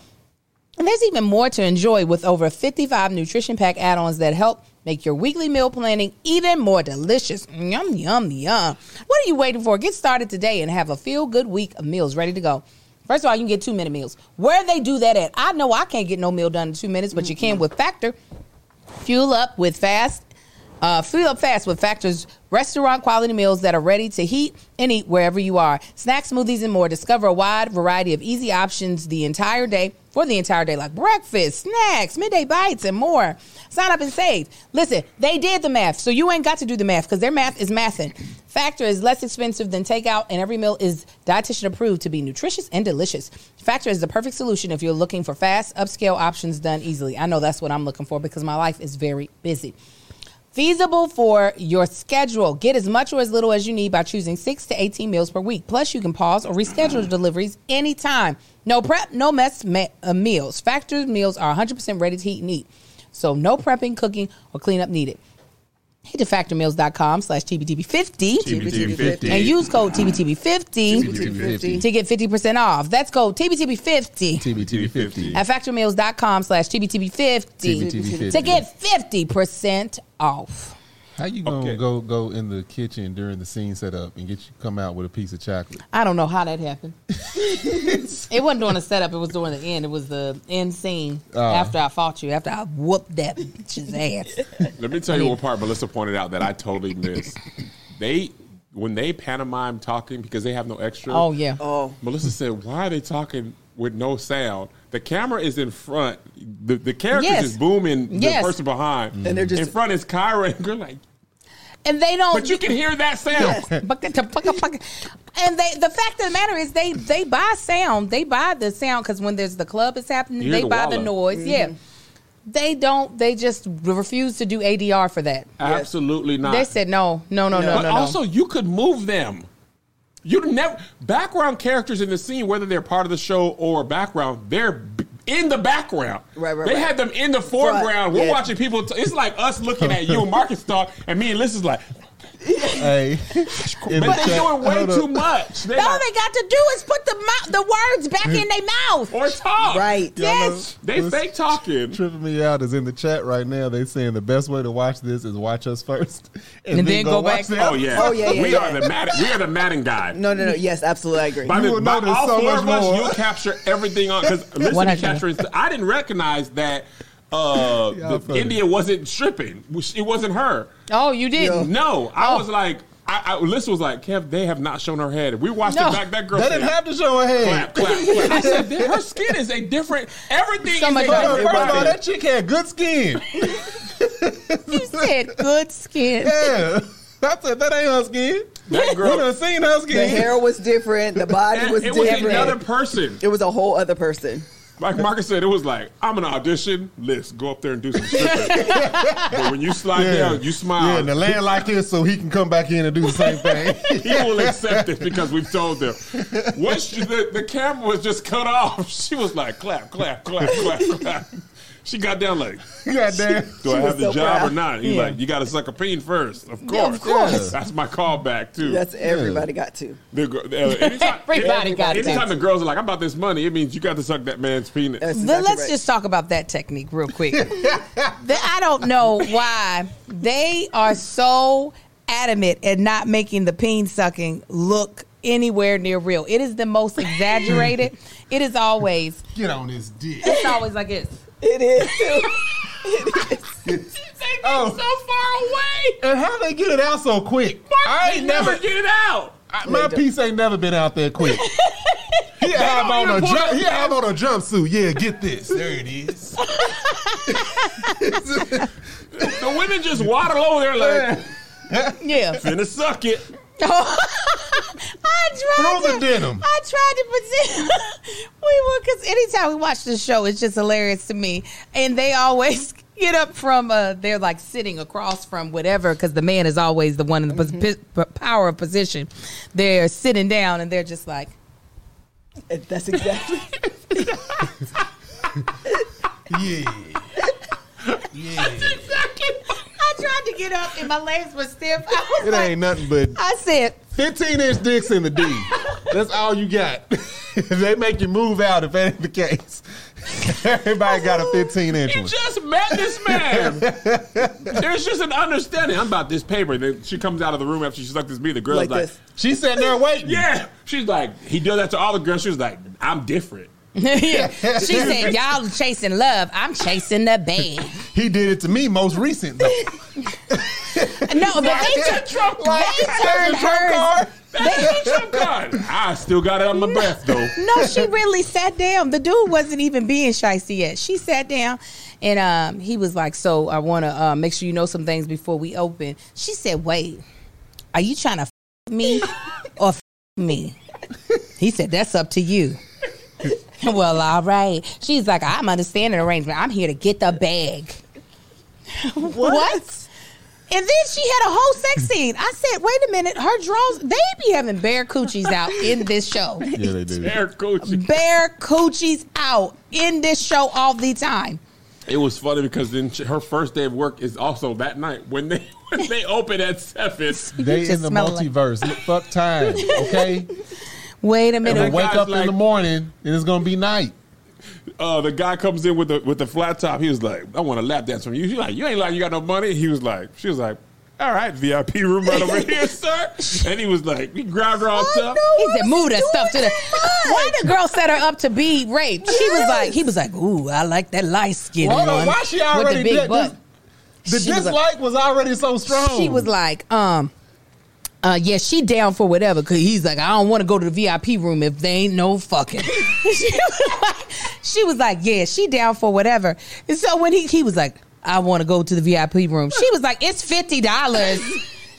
Speaker 2: And there's even more to enjoy with over 55 nutrition pack add ons that help make your weekly meal planning even more delicious. Yum, yum, yum. What are you waiting for? Get started today and have a feel good week of meals ready to go. First of all, you can get two minute meals. Where they do that at, I know I can't get no meal done in two minutes, but you can with Factor. Fuel up with fast. Uh, fuel up fast with Factor's restaurant quality meals that are ready to heat and eat wherever you are. Snacks, smoothies, and more. Discover a wide variety of easy options the entire day for the entire day, like breakfast, snacks, midday bites, and more. Sign up and save. Listen, they did the math, so you ain't got to do the math because their math is mathing. Factor is less expensive than takeout, and every meal is dietitian approved to be nutritious and delicious. Factor is the perfect solution if you're looking for fast, upscale options done easily. I know that's what I'm looking for because my life is very busy. Feasible for your schedule. Get as much or as little as you need by choosing 6 to 18 meals per week. Plus, you can pause or reschedule deliveries anytime. No prep, no mess me- uh, meals. Factor meals are 100% ready to heat and eat. So, no prepping, cooking, or cleanup needed. Head to factormeals.com slash TBTB50
Speaker 1: TBTB50.
Speaker 2: and use code TBTB50
Speaker 4: TBTB50.
Speaker 2: to get 50% off. That's code TBTB50
Speaker 4: TBTB50.
Speaker 2: at factormeals.com slash TBTB50 to get 50% off.
Speaker 4: How you gonna
Speaker 3: Okay.
Speaker 4: go go in the kitchen during the scene setup and get you come out with a piece of chocolate?
Speaker 2: I don't know how that
Speaker 3: <laughs>
Speaker 2: happened. it wasn't during the setup. It was during the end. It was the end scene after I fought you. After I whooped that bitch's ass.
Speaker 3: <laughs> Let me tell you one part Melissa pointed out that I totally missed. they when they pantomime talking because they have no extra.
Speaker 2: Oh yeah.
Speaker 1: Oh,
Speaker 3: Melissa said, "Why are they talking with no sound? The camera is in front. The the character
Speaker 2: Yes.
Speaker 3: is booming.
Speaker 2: Yes.
Speaker 3: The person behind,
Speaker 1: And they're just-
Speaker 3: in front is Kyra, and we're like,
Speaker 2: And they don't. <laughs>
Speaker 3: but you can hear that sound.
Speaker 2: Bucka to bucka bucka. And they, the fact of the matter is, they they buy sound. They buy the sound because when there's the club is happening,
Speaker 3: You hear
Speaker 2: they
Speaker 3: the Mm-hmm.
Speaker 2: buy the
Speaker 3: wallow.
Speaker 2: noise. Yeah. They don't. They just refuse to do ADR for that.
Speaker 3: Absolutely not.
Speaker 2: They said no, no, no, no,
Speaker 3: but
Speaker 2: no, no.
Speaker 3: also, you could move them. You never background characters in the scene, whether they're part of the show or background, they're b- in the background.
Speaker 1: Right, right,
Speaker 3: They
Speaker 1: right.
Speaker 3: had them in the foreground. We're
Speaker 1: yeah.
Speaker 3: watching people. T- it's like us looking at you,
Speaker 1: <laughs>
Speaker 3: and Marcus talk, and me and Liz is like,
Speaker 4: Hey, in the
Speaker 3: but they're
Speaker 4: chat-
Speaker 3: doing way
Speaker 4: hold up.
Speaker 3: too much. They're
Speaker 2: all
Speaker 3: like-
Speaker 2: they got to do is put the mouth, the words back in their
Speaker 3: <laughs>
Speaker 2: mouth.
Speaker 3: or talk.
Speaker 1: right.
Speaker 4: Y'all know
Speaker 2: Yes.
Speaker 3: They
Speaker 4: what's
Speaker 3: fake talking.
Speaker 4: Tripping me out is in the chat right now. They saying the best way to watch this is watch us first <laughs> and,
Speaker 2: And then go
Speaker 4: watch
Speaker 2: back-
Speaker 4: the
Speaker 3: Oh
Speaker 4: other-
Speaker 3: yeah.
Speaker 1: Oh, yeah, yeah,
Speaker 3: we
Speaker 1: yeah.
Speaker 3: are the Madden. We are the Madden guy.
Speaker 1: No, no, no. Yes, absolutely. I agree.
Speaker 3: By
Speaker 4: You
Speaker 3: the,
Speaker 4: will
Speaker 3: by
Speaker 4: notice
Speaker 3: all
Speaker 4: so
Speaker 3: four
Speaker 4: much
Speaker 3: of us,
Speaker 4: more.
Speaker 3: you'll capture everything on.
Speaker 2: <laughs>
Speaker 3: Because listen,
Speaker 2: What I
Speaker 3: to
Speaker 2: do.
Speaker 3: capture is- I didn't recognize that uh,
Speaker 4: <laughs> Y'all
Speaker 3: the
Speaker 4: funny.
Speaker 3: India wasn't stripping. It wasn't her.
Speaker 2: Oh, you didn't.
Speaker 3: No, I
Speaker 2: Oh.
Speaker 3: was like, I, I, Lissa was like, Kev, they have not shown her head. We watched
Speaker 2: No.
Speaker 3: it back. That girl.
Speaker 4: They
Speaker 3: said,
Speaker 4: didn't have to show a head.
Speaker 3: Clap, clap,
Speaker 4: <laughs>
Speaker 3: clap. I said, "Dude, her skin is a different. Everything
Speaker 2: So
Speaker 3: is
Speaker 2: much
Speaker 3: a
Speaker 2: Hold on,
Speaker 4: First
Speaker 3: different
Speaker 4: of all,
Speaker 3: body.
Speaker 4: that chick had good skin.
Speaker 2: You said good skin.
Speaker 4: Yeah. <laughs> I said that ain't her skin.
Speaker 3: That
Speaker 4: We
Speaker 3: girl-
Speaker 4: done seen her skin.
Speaker 1: The hair was different. The body
Speaker 3: And
Speaker 1: was
Speaker 3: it was
Speaker 1: different.
Speaker 3: another person.
Speaker 1: it was a whole other person.
Speaker 3: Like Marcus said, it was like, I'm gonna audition. Let's go up there and do
Speaker 4: <laughs>
Speaker 3: some shit. but when you slide down, you
Speaker 4: Yeah,
Speaker 3: smile.
Speaker 4: and the land like this so he can come back in and do the same thing.
Speaker 3: <laughs>
Speaker 4: <laughs>
Speaker 3: he will accept it because we've told them. Once you- the, the camera was just cut off, <laughs> she was like, clap, clap, clap, clap, clap. She got down like,
Speaker 4: Goddamn.
Speaker 3: do I
Speaker 1: was
Speaker 3: have the
Speaker 1: so
Speaker 3: job
Speaker 1: proud.
Speaker 3: or not? He's
Speaker 2: Yeah.
Speaker 3: like, you got to suck a peen first. Of
Speaker 2: Yeah,
Speaker 3: course.
Speaker 2: of course.
Speaker 3: That's my callback, too.
Speaker 1: That's everybody got to.
Speaker 3: the, gr- uh, anytime,
Speaker 2: <laughs> Everybody got it.
Speaker 3: Anytime the girls are like, I'm about this money, it means you got to suck that man's penis.
Speaker 1: That's
Speaker 2: But
Speaker 1: exactly
Speaker 2: let's
Speaker 1: right.
Speaker 2: just talk about that technique real
Speaker 1: <laughs>
Speaker 2: quick. The- I don't know why they are so adamant at not making the peen sucking look anywhere near real. It is the most exaggerated. it is always.
Speaker 4: Get on his dick.
Speaker 2: It's always like this.
Speaker 1: It is too.
Speaker 3: <laughs>
Speaker 4: Oh.
Speaker 3: so
Speaker 4: And how they get it out so quick? I ain't never.
Speaker 3: never get it out.
Speaker 4: I- my piece ain't never been out there quick. He have
Speaker 3: don't
Speaker 4: on a
Speaker 3: even pull
Speaker 4: jump,
Speaker 3: it-
Speaker 4: he have on a jumpsuit. Yeah, get this. There it is.
Speaker 3: The women just waddle over there
Speaker 2: <laughs>
Speaker 3: like,
Speaker 2: Yeah.
Speaker 3: finna suck it.
Speaker 2: <laughs> I tried
Speaker 4: Through
Speaker 2: to,
Speaker 4: the denim.
Speaker 2: I tried to pretend <laughs> we were because anytime we watch the show, it's just hilarious to me. And they always <laughs> get up from uh, they're like sitting across from whatever because the man is always the one in the pos-
Speaker 4: Mm-hmm.
Speaker 2: p- power of position. They're sitting down and they're just like.
Speaker 1: That's <laughs> exactly.
Speaker 4: Yeah. Yeah.
Speaker 2: <laughs> I tried to get up and my legs were stiff. <laughs> I was
Speaker 4: It
Speaker 2: like,
Speaker 4: ain't nothing but
Speaker 2: I said, <laughs>
Speaker 4: 15 inch dicks <laughs> in the D. That's all you got. they make you move out if that ain't the case. <laughs> Everybody got a 15 inch
Speaker 3: You
Speaker 4: one.
Speaker 3: just met
Speaker 1: <laughs>
Speaker 3: this man. There's just an understanding. I'm about this paper. Then she comes out of the room after she's like this meeting. The girl's
Speaker 1: Like
Speaker 3: like,
Speaker 1: this.
Speaker 4: She's sitting there waiting.
Speaker 3: yeah. She's like, he does that to all the girls. She was like, I'm different.
Speaker 2: Yeah. she
Speaker 4: <laughs>
Speaker 2: said, "Y'all chasing love. I'm chasing the bag."
Speaker 4: He did it to me most recent. Though.
Speaker 2: No, but they,
Speaker 4: That's
Speaker 2: tur-
Speaker 4: a trump card.
Speaker 2: <laughs> they turned
Speaker 4: That's a trump
Speaker 2: hers.
Speaker 4: card.
Speaker 3: That's the
Speaker 1: <laughs>
Speaker 3: Trump card. I still got it on my breath though.
Speaker 2: No, she really sat down. The dude wasn't even being shisty yet. She sat down, and um, he was like, "So I want to uh, make sure you know some things before we open." She said, "Wait, are you trying to f- <laughs> me or f- me?" He said, "That's up to you." <laughs> well, all right. She's like, "I'm understanding the arrangement. I'm here to get the bag."
Speaker 1: What?
Speaker 2: What? And then she had a whole sex scene. I said, wait a minute, her draws, they be having bear coochies out in this show.
Speaker 4: Yeah, they do.
Speaker 3: Air coaching.
Speaker 2: Bear coochies out in this show all the time.
Speaker 3: It was funny because then she, her first day of work is also that night when they <laughs> when they open
Speaker 1: <laughs>
Speaker 3: at seven.
Speaker 4: They
Speaker 2: just
Speaker 4: in the
Speaker 2: smell like-
Speaker 4: multiverse. Look, Fuck time, okay?
Speaker 2: Wait a
Speaker 4: And
Speaker 2: minute.
Speaker 3: that
Speaker 4: wake
Speaker 3: guy's
Speaker 4: up in
Speaker 3: like-
Speaker 4: the morning, and it's gonna be night.
Speaker 3: Uh, the guy comes in with the with the flat top. He was like, "I want a lap dance from you." She's like, "You ain't like you got no money." He was like, "She was like." All right, VIP room right over
Speaker 1: <laughs>
Speaker 3: here, sir. And he was like, he grabbed her all up.
Speaker 2: He said, move that stuff to the. <laughs> Why the girl set her up to be raped? She was like, he was like, ooh, I like that light skin.
Speaker 4: Hold on, why she
Speaker 2: with the
Speaker 4: already
Speaker 2: big
Speaker 4: did this?
Speaker 2: butt.
Speaker 4: The
Speaker 2: She was
Speaker 4: dislike was already so strong.
Speaker 2: She was like, um, uh, yeah, she down for whatever. Cause he's like, I don't want to go to the VIP room if they ain't no fucking. <laughs> she, was like, she was like, yeah, she down for whatever. And so when he he was like, I want to go to the VIP room. She was like, it's fifty dollars.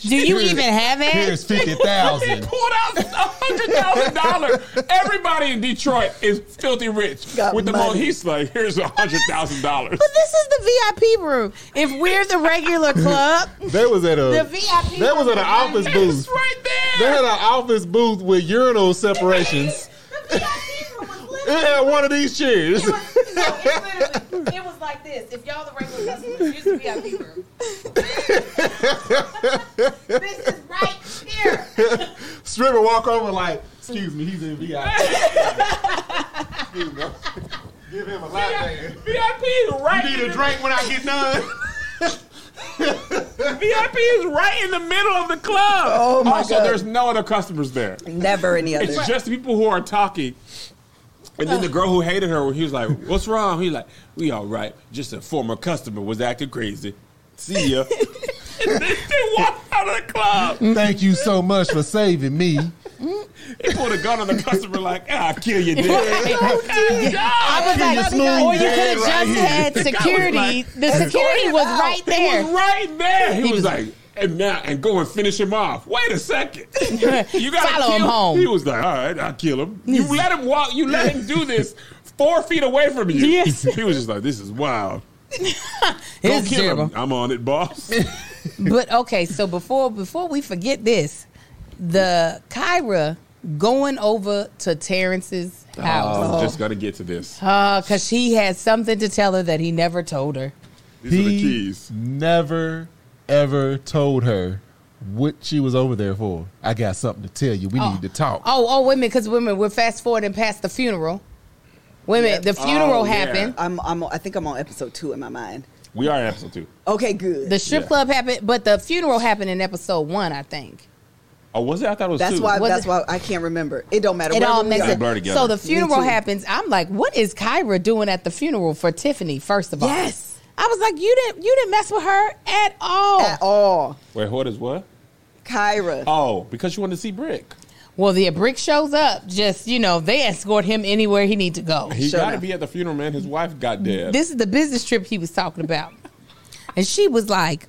Speaker 2: Do you
Speaker 4: Here's-
Speaker 2: even have it?
Speaker 4: Here's fifty
Speaker 3: He
Speaker 4: thousand.
Speaker 3: pulled out a hundred thousand dollars. Everybody in Detroit is filthy rich.
Speaker 1: Got
Speaker 3: With the
Speaker 1: money.
Speaker 3: money, he's like, here's a hundred
Speaker 1: <laughs>
Speaker 3: thousand dollars.
Speaker 2: But this is the VIP room. If we're the regular
Speaker 4: <laughs>
Speaker 2: club,
Speaker 4: <laughs> They was at a
Speaker 2: the VIP.
Speaker 4: They was at
Speaker 2: room-
Speaker 4: an office
Speaker 3: It's
Speaker 4: booth.
Speaker 3: right
Speaker 4: They
Speaker 3: there.
Speaker 4: had an office booth with urinal separations.
Speaker 2: The VIP room was
Speaker 4: It had one of these chairs.
Speaker 2: It was, no, it, literally, it was like this. If y'all the regular customers, used to be out here. this is right here.
Speaker 4: Stripper walk over like, excuse me, he's in VIP. excuse me. Give him a latte.
Speaker 3: VIP is right.
Speaker 4: Need
Speaker 3: in
Speaker 4: a
Speaker 3: the-
Speaker 4: drink when I get done.
Speaker 3: VIP is right in the middle of the club.
Speaker 1: Oh, my
Speaker 3: also,
Speaker 1: God.
Speaker 3: there's no other customers there.
Speaker 1: Never any other.
Speaker 3: It's just people who are talking. And then the girl who hated her, he was like, "What's wrong?" He like, "We all right. Just a former customer was acting crazy. See
Speaker 2: <laughs>
Speaker 3: ya." and then they walked out of the club.
Speaker 4: Thank you so much for saving me.
Speaker 3: He pulled a gun on the customer, like, "Ah, I'll kill
Speaker 2: <laughs>
Speaker 3: you,
Speaker 2: Oh,
Speaker 3: dude."
Speaker 2: I was like,
Speaker 4: smooth
Speaker 2: or you could
Speaker 4: dad
Speaker 2: have just
Speaker 4: right here.
Speaker 2: had security. the security was right
Speaker 3: He
Speaker 2: there.
Speaker 3: was right there. He, was, like, and now and go and finish him off. Wait
Speaker 2: <laughs>
Speaker 3: a second. You gotta
Speaker 2: Follow
Speaker 3: kill
Speaker 2: him home.
Speaker 3: He was like, all right, I'll kill him.
Speaker 2: <laughs>
Speaker 3: You let him walk, you let him do this four feet away from you.
Speaker 2: Yes.
Speaker 3: He was just like, This is wild. Go
Speaker 2: It's
Speaker 3: kill
Speaker 2: terrible.
Speaker 3: him. I'm on it,
Speaker 1: <laughs>
Speaker 3: boss.
Speaker 2: But okay, so before before we forget this, the Kyra going over to Terrence's house
Speaker 1: Oh.
Speaker 3: I'm just gonna get to this.
Speaker 2: because she had something to tell her that he never told her.
Speaker 3: These are the keys.
Speaker 4: never ever told her what she was over there for. I got something to tell you. We need to talk.
Speaker 2: Oh, oh, women, because women, we're fast forwarding past the funeral. Women, the funeral
Speaker 3: Oh, yeah.
Speaker 2: happened.
Speaker 1: I'm, I'm, I think I'm on episode two in my mind.
Speaker 3: We are in episode two.
Speaker 1: Okay, good.
Speaker 2: The strip
Speaker 3: Yeah.
Speaker 2: club happened, but the funeral happened in episode one, I think.
Speaker 3: Oh, was it? I thought it was
Speaker 1: that's
Speaker 3: two.
Speaker 1: why.
Speaker 2: Was
Speaker 1: that's
Speaker 2: it-
Speaker 1: why I can't remember. It don't matter.
Speaker 2: It
Speaker 1: Wherever
Speaker 2: all
Speaker 1: we
Speaker 2: makes
Speaker 1: are.
Speaker 3: They
Speaker 2: sense.
Speaker 3: blur together.
Speaker 2: So the funeral
Speaker 1: too.
Speaker 2: happens. I'm like, what is Kyra doing at the funeral for Tiffany? First of all,
Speaker 1: Yes.
Speaker 2: I was like, you didn't, you didn't mess with her at all.
Speaker 1: at all.
Speaker 3: Wait, what is what?
Speaker 1: Kyra.
Speaker 3: Oh, because you wanted to see Brick.
Speaker 2: Well, the brick shows up. Just you know, they escort him anywhere he need to go.
Speaker 3: He
Speaker 1: Sure
Speaker 3: gotta
Speaker 1: enough.
Speaker 3: be at the funeral, man. His wife got dead.
Speaker 2: this is the business trip he was talking about and she was like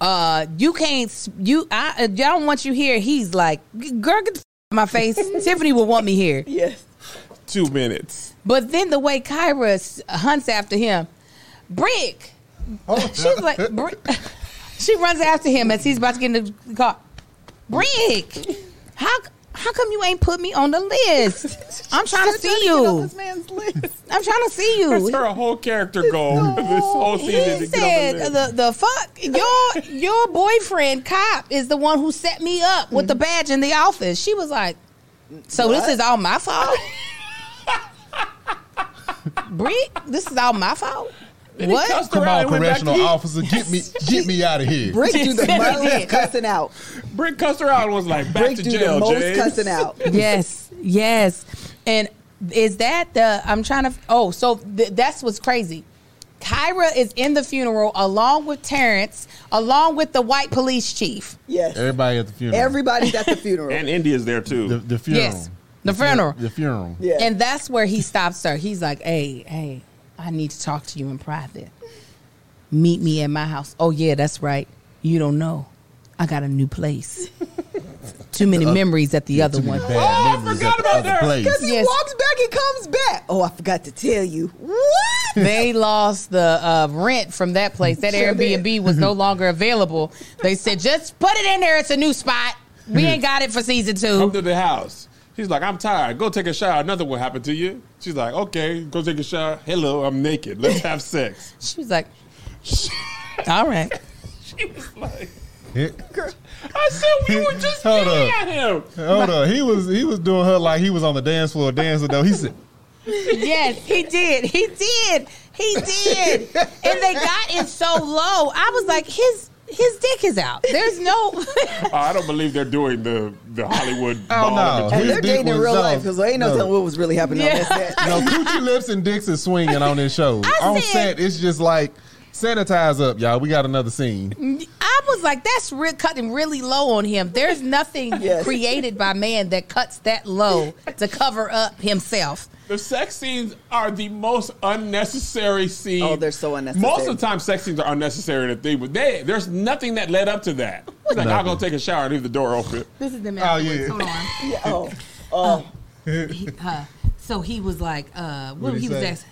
Speaker 2: uh you can't s- you i I don't want you here he's like girl get the f- out of my face tiffany will want me here
Speaker 1: Yes.
Speaker 3: two minutes.
Speaker 1: Oh,
Speaker 2: but then the way kyra s- hunts after him brick <laughs> she's like brick she runs after him as he's about to get in the car brick how c- how come you ain't put me on the list i'm trying to
Speaker 1: Trying
Speaker 2: see
Speaker 1: to get on
Speaker 2: you
Speaker 1: This man's list.
Speaker 2: i'm trying to see you
Speaker 3: That's her whole character goal for <laughs> this whole season
Speaker 2: He
Speaker 3: to get
Speaker 2: said
Speaker 3: on the, list.
Speaker 2: the, the fuck your your boyfriend cop is the one who set me up with the badge in the office. She was like, so this
Speaker 1: What?
Speaker 2: is all my fault. Brick, this is all my fault.
Speaker 3: Then he
Speaker 2: What?
Speaker 3: cussed
Speaker 4: Come
Speaker 3: around
Speaker 4: on,
Speaker 3: and went back
Speaker 4: correctional
Speaker 3: to eat.
Speaker 4: officer, get
Speaker 2: <laughs>
Speaker 4: me, get me out of here.
Speaker 1: Brick do the
Speaker 2: Yes,
Speaker 1: most
Speaker 2: <laughs> yes.
Speaker 1: cussing out.
Speaker 3: Brick cussed her out and was like, back
Speaker 1: Brick
Speaker 3: to
Speaker 1: do
Speaker 3: jail,
Speaker 1: the most
Speaker 3: James.
Speaker 1: cussing out.
Speaker 2: yes, yes. And is that the? I'm trying to. Oh, so th- that's what's crazy. Kyra is in the funeral along with Terrence, along with the white police chief.
Speaker 1: Yes.
Speaker 4: Everybody at the funeral.
Speaker 1: Everybody's at the funeral.
Speaker 3: And India's there too.
Speaker 4: the, the funeral.
Speaker 2: Yes, the funeral.
Speaker 4: The funeral.
Speaker 1: yeah.
Speaker 2: And that's where he stops her. He's like, hey, hey, I need to talk to you in private. Meet me at my house. Oh, yeah, that's right. You don't know. I got a new place. too many memories at the other
Speaker 4: Too many
Speaker 2: one. Oh,
Speaker 4: bad
Speaker 3: I
Speaker 4: memories
Speaker 3: forgot
Speaker 4: at the
Speaker 3: about
Speaker 4: other
Speaker 3: that.
Speaker 4: place.
Speaker 1: Because he
Speaker 2: Yes.
Speaker 1: walks back and comes back. Oh, I forgot to tell you. What?
Speaker 2: <laughs> They lost the uh, rent from that place. That
Speaker 1: Sure did.
Speaker 2: Airbnb was no longer available. They said, just put it in there. It's a new spot. We ain't got it for season
Speaker 3: Come
Speaker 2: two.
Speaker 3: to the house. She's like, I'm tired. Go take a shower. Nothing will happen to you. She's like, okay, go take a shower. Hello, I'm naked. Let's have sex. <laughs>
Speaker 2: She was like, <laughs> all right.
Speaker 3: She was like,
Speaker 1: Girl,
Speaker 3: I said we were just
Speaker 4: Hold
Speaker 3: yelling
Speaker 4: up.
Speaker 3: at him.
Speaker 4: Hold on, he was he was doing her like he was on the dance floor dancing though. He said,
Speaker 2: Yes, he did. He did. He did. And they got it so low. I was like, his his dick is out. There's no <laughs>
Speaker 3: Oh, I don't believe they're doing the the Hollywood.
Speaker 4: <laughs> "Oh
Speaker 3: ball of
Speaker 4: no,
Speaker 3: the-
Speaker 1: And
Speaker 4: his
Speaker 1: they're
Speaker 4: dick
Speaker 1: dating in
Speaker 4: was
Speaker 1: real
Speaker 4: out."
Speaker 1: life because ain't no, telling what was really happening
Speaker 2: Yeah.
Speaker 1: on that
Speaker 4: <laughs>
Speaker 1: set.
Speaker 4: No, coochie lips and dicks is swinging on this show.
Speaker 2: I
Speaker 4: on
Speaker 2: said-
Speaker 4: set, it's just like sanitize up, y'all. We got another scene.
Speaker 2: I was like, that's re- cutting really low on him. There's nothing
Speaker 1: <laughs> Yes.
Speaker 2: created by man that cuts that low to cover up himself.
Speaker 3: The sex scenes are the most unnecessary scenes.
Speaker 1: Oh, they're so unnecessary.
Speaker 3: Most of the time, sex scenes are unnecessary in a thing, but they, there's nothing that led up to that. It's like, I'll go take a shower and leave the door open.
Speaker 2: This is the man.
Speaker 4: Oh, yeah.
Speaker 2: Hold on.
Speaker 1: Yeah, oh, oh.
Speaker 2: He, uh, so he was like, uh, what,
Speaker 4: What'd he
Speaker 2: he was
Speaker 4: say?
Speaker 2: asking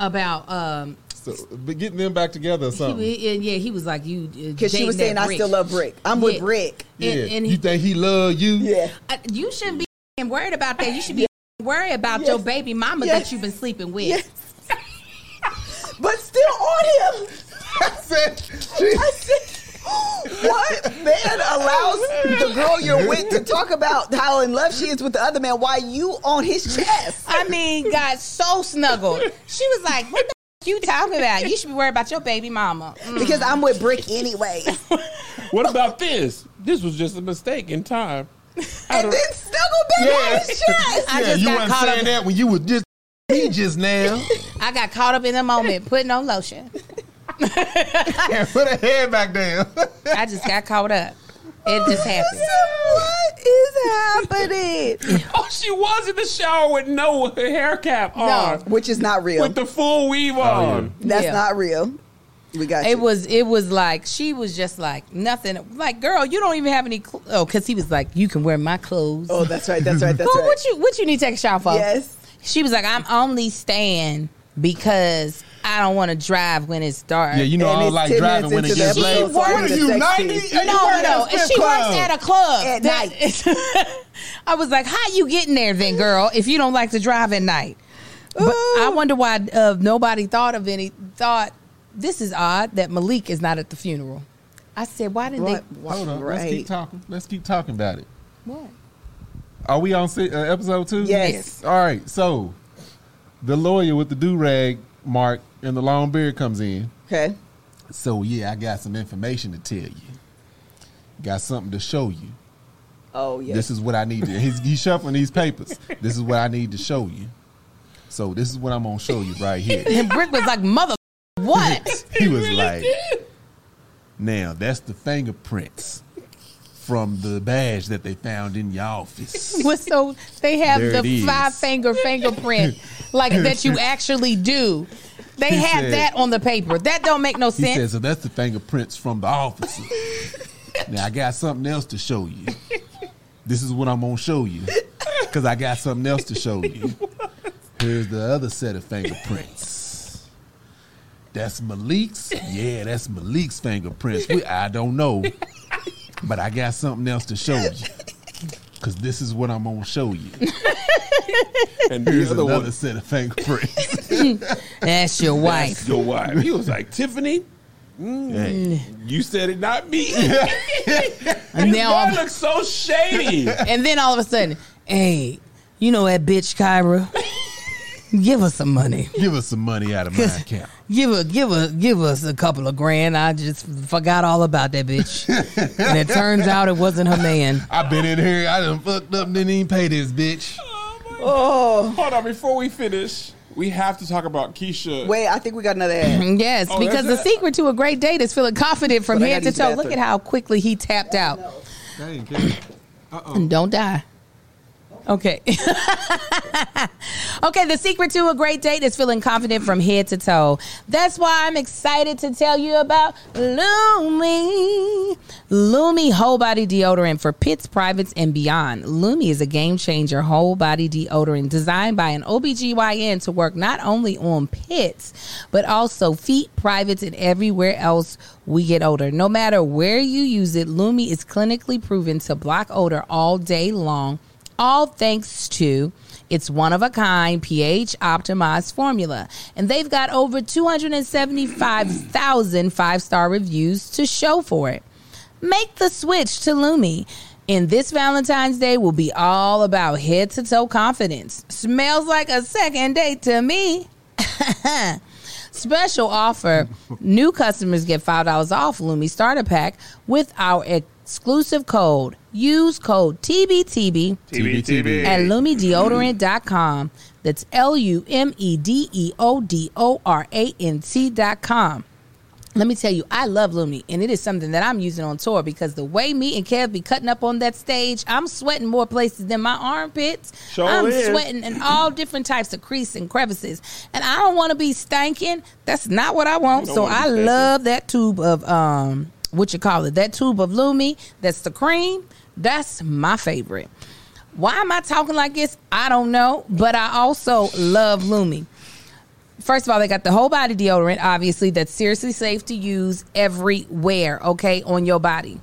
Speaker 2: about um,
Speaker 4: So, but getting them back together or
Speaker 2: he,
Speaker 4: something.
Speaker 2: he- yeah, he was like, you uh,
Speaker 1: Because she was saying, I still love Rick. I'm with
Speaker 2: Yeah.
Speaker 1: Rick.
Speaker 4: yeah,
Speaker 2: and, and
Speaker 4: you think he love you?
Speaker 1: Yeah.
Speaker 2: I- Uh, you shouldn't be f***ing worried about that. You should be f***ing worried about
Speaker 1: Yes.
Speaker 2: your baby mama
Speaker 1: Yes.
Speaker 2: that you've been sleeping with.
Speaker 1: Yes. but still on him.
Speaker 4: <laughs> I said, she-
Speaker 1: I said, what man allows the girl you're with to talk about how in love she is with the other man? Why you on his chest?
Speaker 2: I mean, got so snuggled. She was like, "What the f- you talking about? You should be worried about your baby mama." Mm.
Speaker 1: Because I'm with Brick anyway.
Speaker 3: What about this? This was just a mistake in time. I
Speaker 1: And
Speaker 3: don't-
Speaker 1: then snuggle back on
Speaker 4: Yeah.
Speaker 1: his chest.
Speaker 2: <laughs> I
Speaker 4: yeah,
Speaker 2: just
Speaker 4: you
Speaker 2: got
Speaker 4: weren't
Speaker 2: caught
Speaker 4: saying
Speaker 2: up.
Speaker 4: that when you was just
Speaker 2: <laughs>
Speaker 4: me just now.
Speaker 2: I got caught up in the moment, putting on lotion.
Speaker 4: Yeah, Put her head
Speaker 2: <laughs>
Speaker 4: back down.
Speaker 2: I just got caught up. It just happened.
Speaker 1: What is happening?
Speaker 3: Oh, she was in the shower with no hair cap on,
Speaker 1: Which is not real.
Speaker 3: with the full weave
Speaker 4: Oh, Um,
Speaker 3: on.
Speaker 1: That's
Speaker 2: Yeah.
Speaker 1: not real. We got you.
Speaker 2: It was. It was like she was just like nothing. Like, girl, you don't even have any. Cl- oh, because he was like, "You can wear my clothes."
Speaker 1: oh, that's right. That's right. That's
Speaker 2: Well,
Speaker 1: right.
Speaker 2: what you what you need to take a shower for?
Speaker 1: Yes.
Speaker 2: She was like, I'm only staying because I don't want to drive when it's dark.
Speaker 4: Yeah, you know
Speaker 1: And
Speaker 4: I don't
Speaker 1: it's
Speaker 4: like
Speaker 1: 10
Speaker 4: driving
Speaker 1: minutes
Speaker 4: when it
Speaker 1: into the
Speaker 4: gets late.
Speaker 1: episode, so I'm
Speaker 4: What
Speaker 1: in
Speaker 4: are
Speaker 1: the
Speaker 4: you,
Speaker 1: sex
Speaker 4: 90?
Speaker 1: scene.
Speaker 4: Hey, you
Speaker 2: no,
Speaker 4: work at a
Speaker 2: no. And
Speaker 4: strip
Speaker 2: she
Speaker 4: club.
Speaker 2: works at a club.
Speaker 1: At
Speaker 2: That- <laughs> I was like, how you getting there then, girl, if you don't like to drive at night? But I wonder why uh, nobody thought of any thought. This is odd that Malik is not at the funeral. I said, why didn't
Speaker 1: Right.
Speaker 2: they?
Speaker 4: Hold on, let's keep
Speaker 1: Right.
Speaker 4: talking. Let's keep talking about it.
Speaker 2: What?
Speaker 4: Are we on se- uh, episode two?
Speaker 1: Yes.
Speaker 4: All right. So, the lawyer with the do rag mark and the long beard comes in.
Speaker 1: Okay.
Speaker 4: So yeah, I got some information to tell you. Got something to show you.
Speaker 1: Oh, yes.
Speaker 4: This is what I need to. He's, he's shuffling these papers. This is what I need to show you. So this is what I'm gonna show you right here.
Speaker 2: <laughs> And Brick was like, mother,
Speaker 4: <laughs>
Speaker 2: what?
Speaker 4: He was like, "Now that's the fingerprints from the badge that they found in
Speaker 2: <laughs>
Speaker 4: your office."
Speaker 2: was so they have
Speaker 4: There it
Speaker 2: the
Speaker 4: is.
Speaker 2: five finger fingerprint like that
Speaker 4: <laughs>
Speaker 2: you actually do. They
Speaker 4: He
Speaker 2: had
Speaker 4: said-
Speaker 2: that on the paper. That don't make no
Speaker 4: He
Speaker 2: sense.
Speaker 4: said, "So that's the fingerprints from the officer." now I got something else to show you. This is what I'm gonna show you because I got something else to show you. Here's the other set of fingerprints. That's Malik's. Yeah, that's Malik's fingerprints. We, I don't know, but I got something else to show you. Cause this is what I'm gonna show you.
Speaker 3: And
Speaker 4: Here's
Speaker 3: the other
Speaker 4: another
Speaker 3: one,
Speaker 4: set of fingerprints.
Speaker 2: That's
Speaker 4: <laughs>
Speaker 2: your
Speaker 3: that's
Speaker 2: wife.
Speaker 3: your wife. He was like, Tiffany, mm,
Speaker 4: Hey.
Speaker 3: you said it,
Speaker 2: <laughs>
Speaker 3: not me.
Speaker 2: And now
Speaker 3: That
Speaker 4: <laughs>
Speaker 2: I'm,
Speaker 3: looks so shady.
Speaker 2: <laughs> and then all of a sudden, hey, you know that bitch Kyra? Give us some money.
Speaker 4: Give us some money out of my account.
Speaker 2: Give a give a give us a couple of grand. I just forgot all about that
Speaker 4: <laughs>
Speaker 2: bitch, and it turns out it wasn't her man.
Speaker 4: I've been in here. I done fucked up. Didn't even pay this bitch.
Speaker 1: Oh,
Speaker 3: Hold on, before we finish, we have to talk about Keisha.
Speaker 1: wait, I think we got another
Speaker 2: <laughs>
Speaker 1: ad.
Speaker 2: Yes,
Speaker 3: Oh,
Speaker 2: because the
Speaker 3: that's it?
Speaker 2: secret to a great date is feeling confident from
Speaker 1: But I gotta
Speaker 2: head to
Speaker 1: use the
Speaker 2: toe. Look at
Speaker 1: bathroom.
Speaker 2: how quickly he tapped out.
Speaker 4: Dang, Kevin.
Speaker 2: And don't die. Okay. <laughs> okay, the secret to a great date is feeling confident from head to toe. That's why I'm excited to tell you about Lumi. Lumi whole body deodorant for pits, privates, and beyond. Lumi is a game changer whole body deodorant designed by an OBGYN to work not only on pits, but also feet, privates, and everywhere else we get odor. No matter where you use it, Lumi is clinically proven to block odor all day long all thanks to its one of a kind pH optimized formula. And they've got over 275,000 five star reviews to show for it. Make the switch to Lumi. And this Valentine's Day will be all about head to toe confidence. Smells like a second date to me. <laughs> Special offer new customers get $5 off Lumi Starter Pack with our exclusive code. Use code TBTB
Speaker 4: TBTB.
Speaker 2: at lumideodorant.com. That's L U M E D E O D O R A N T.com. Let me tell you, I love Lumi, and it is something that I'm using on tour because the way me and Kev be cutting up on that stage, I'm sweating more places than my armpits.
Speaker 3: Sure
Speaker 2: I'm
Speaker 3: is.
Speaker 2: sweating in all different types of creases and crevices, and I don't want to be stanking. That's not what I want.
Speaker 3: don't
Speaker 2: So
Speaker 3: wanna be
Speaker 2: I
Speaker 3: stankin'.
Speaker 2: love that tube of um, what you call it, that tube of Lumi. That's the cream. That's my favorite. Why am I talking like this? I don't know, but I also love Lumi. First of all, they got the whole body deodorant, obviously, that's seriously safe to use everywhere, okay, on your body.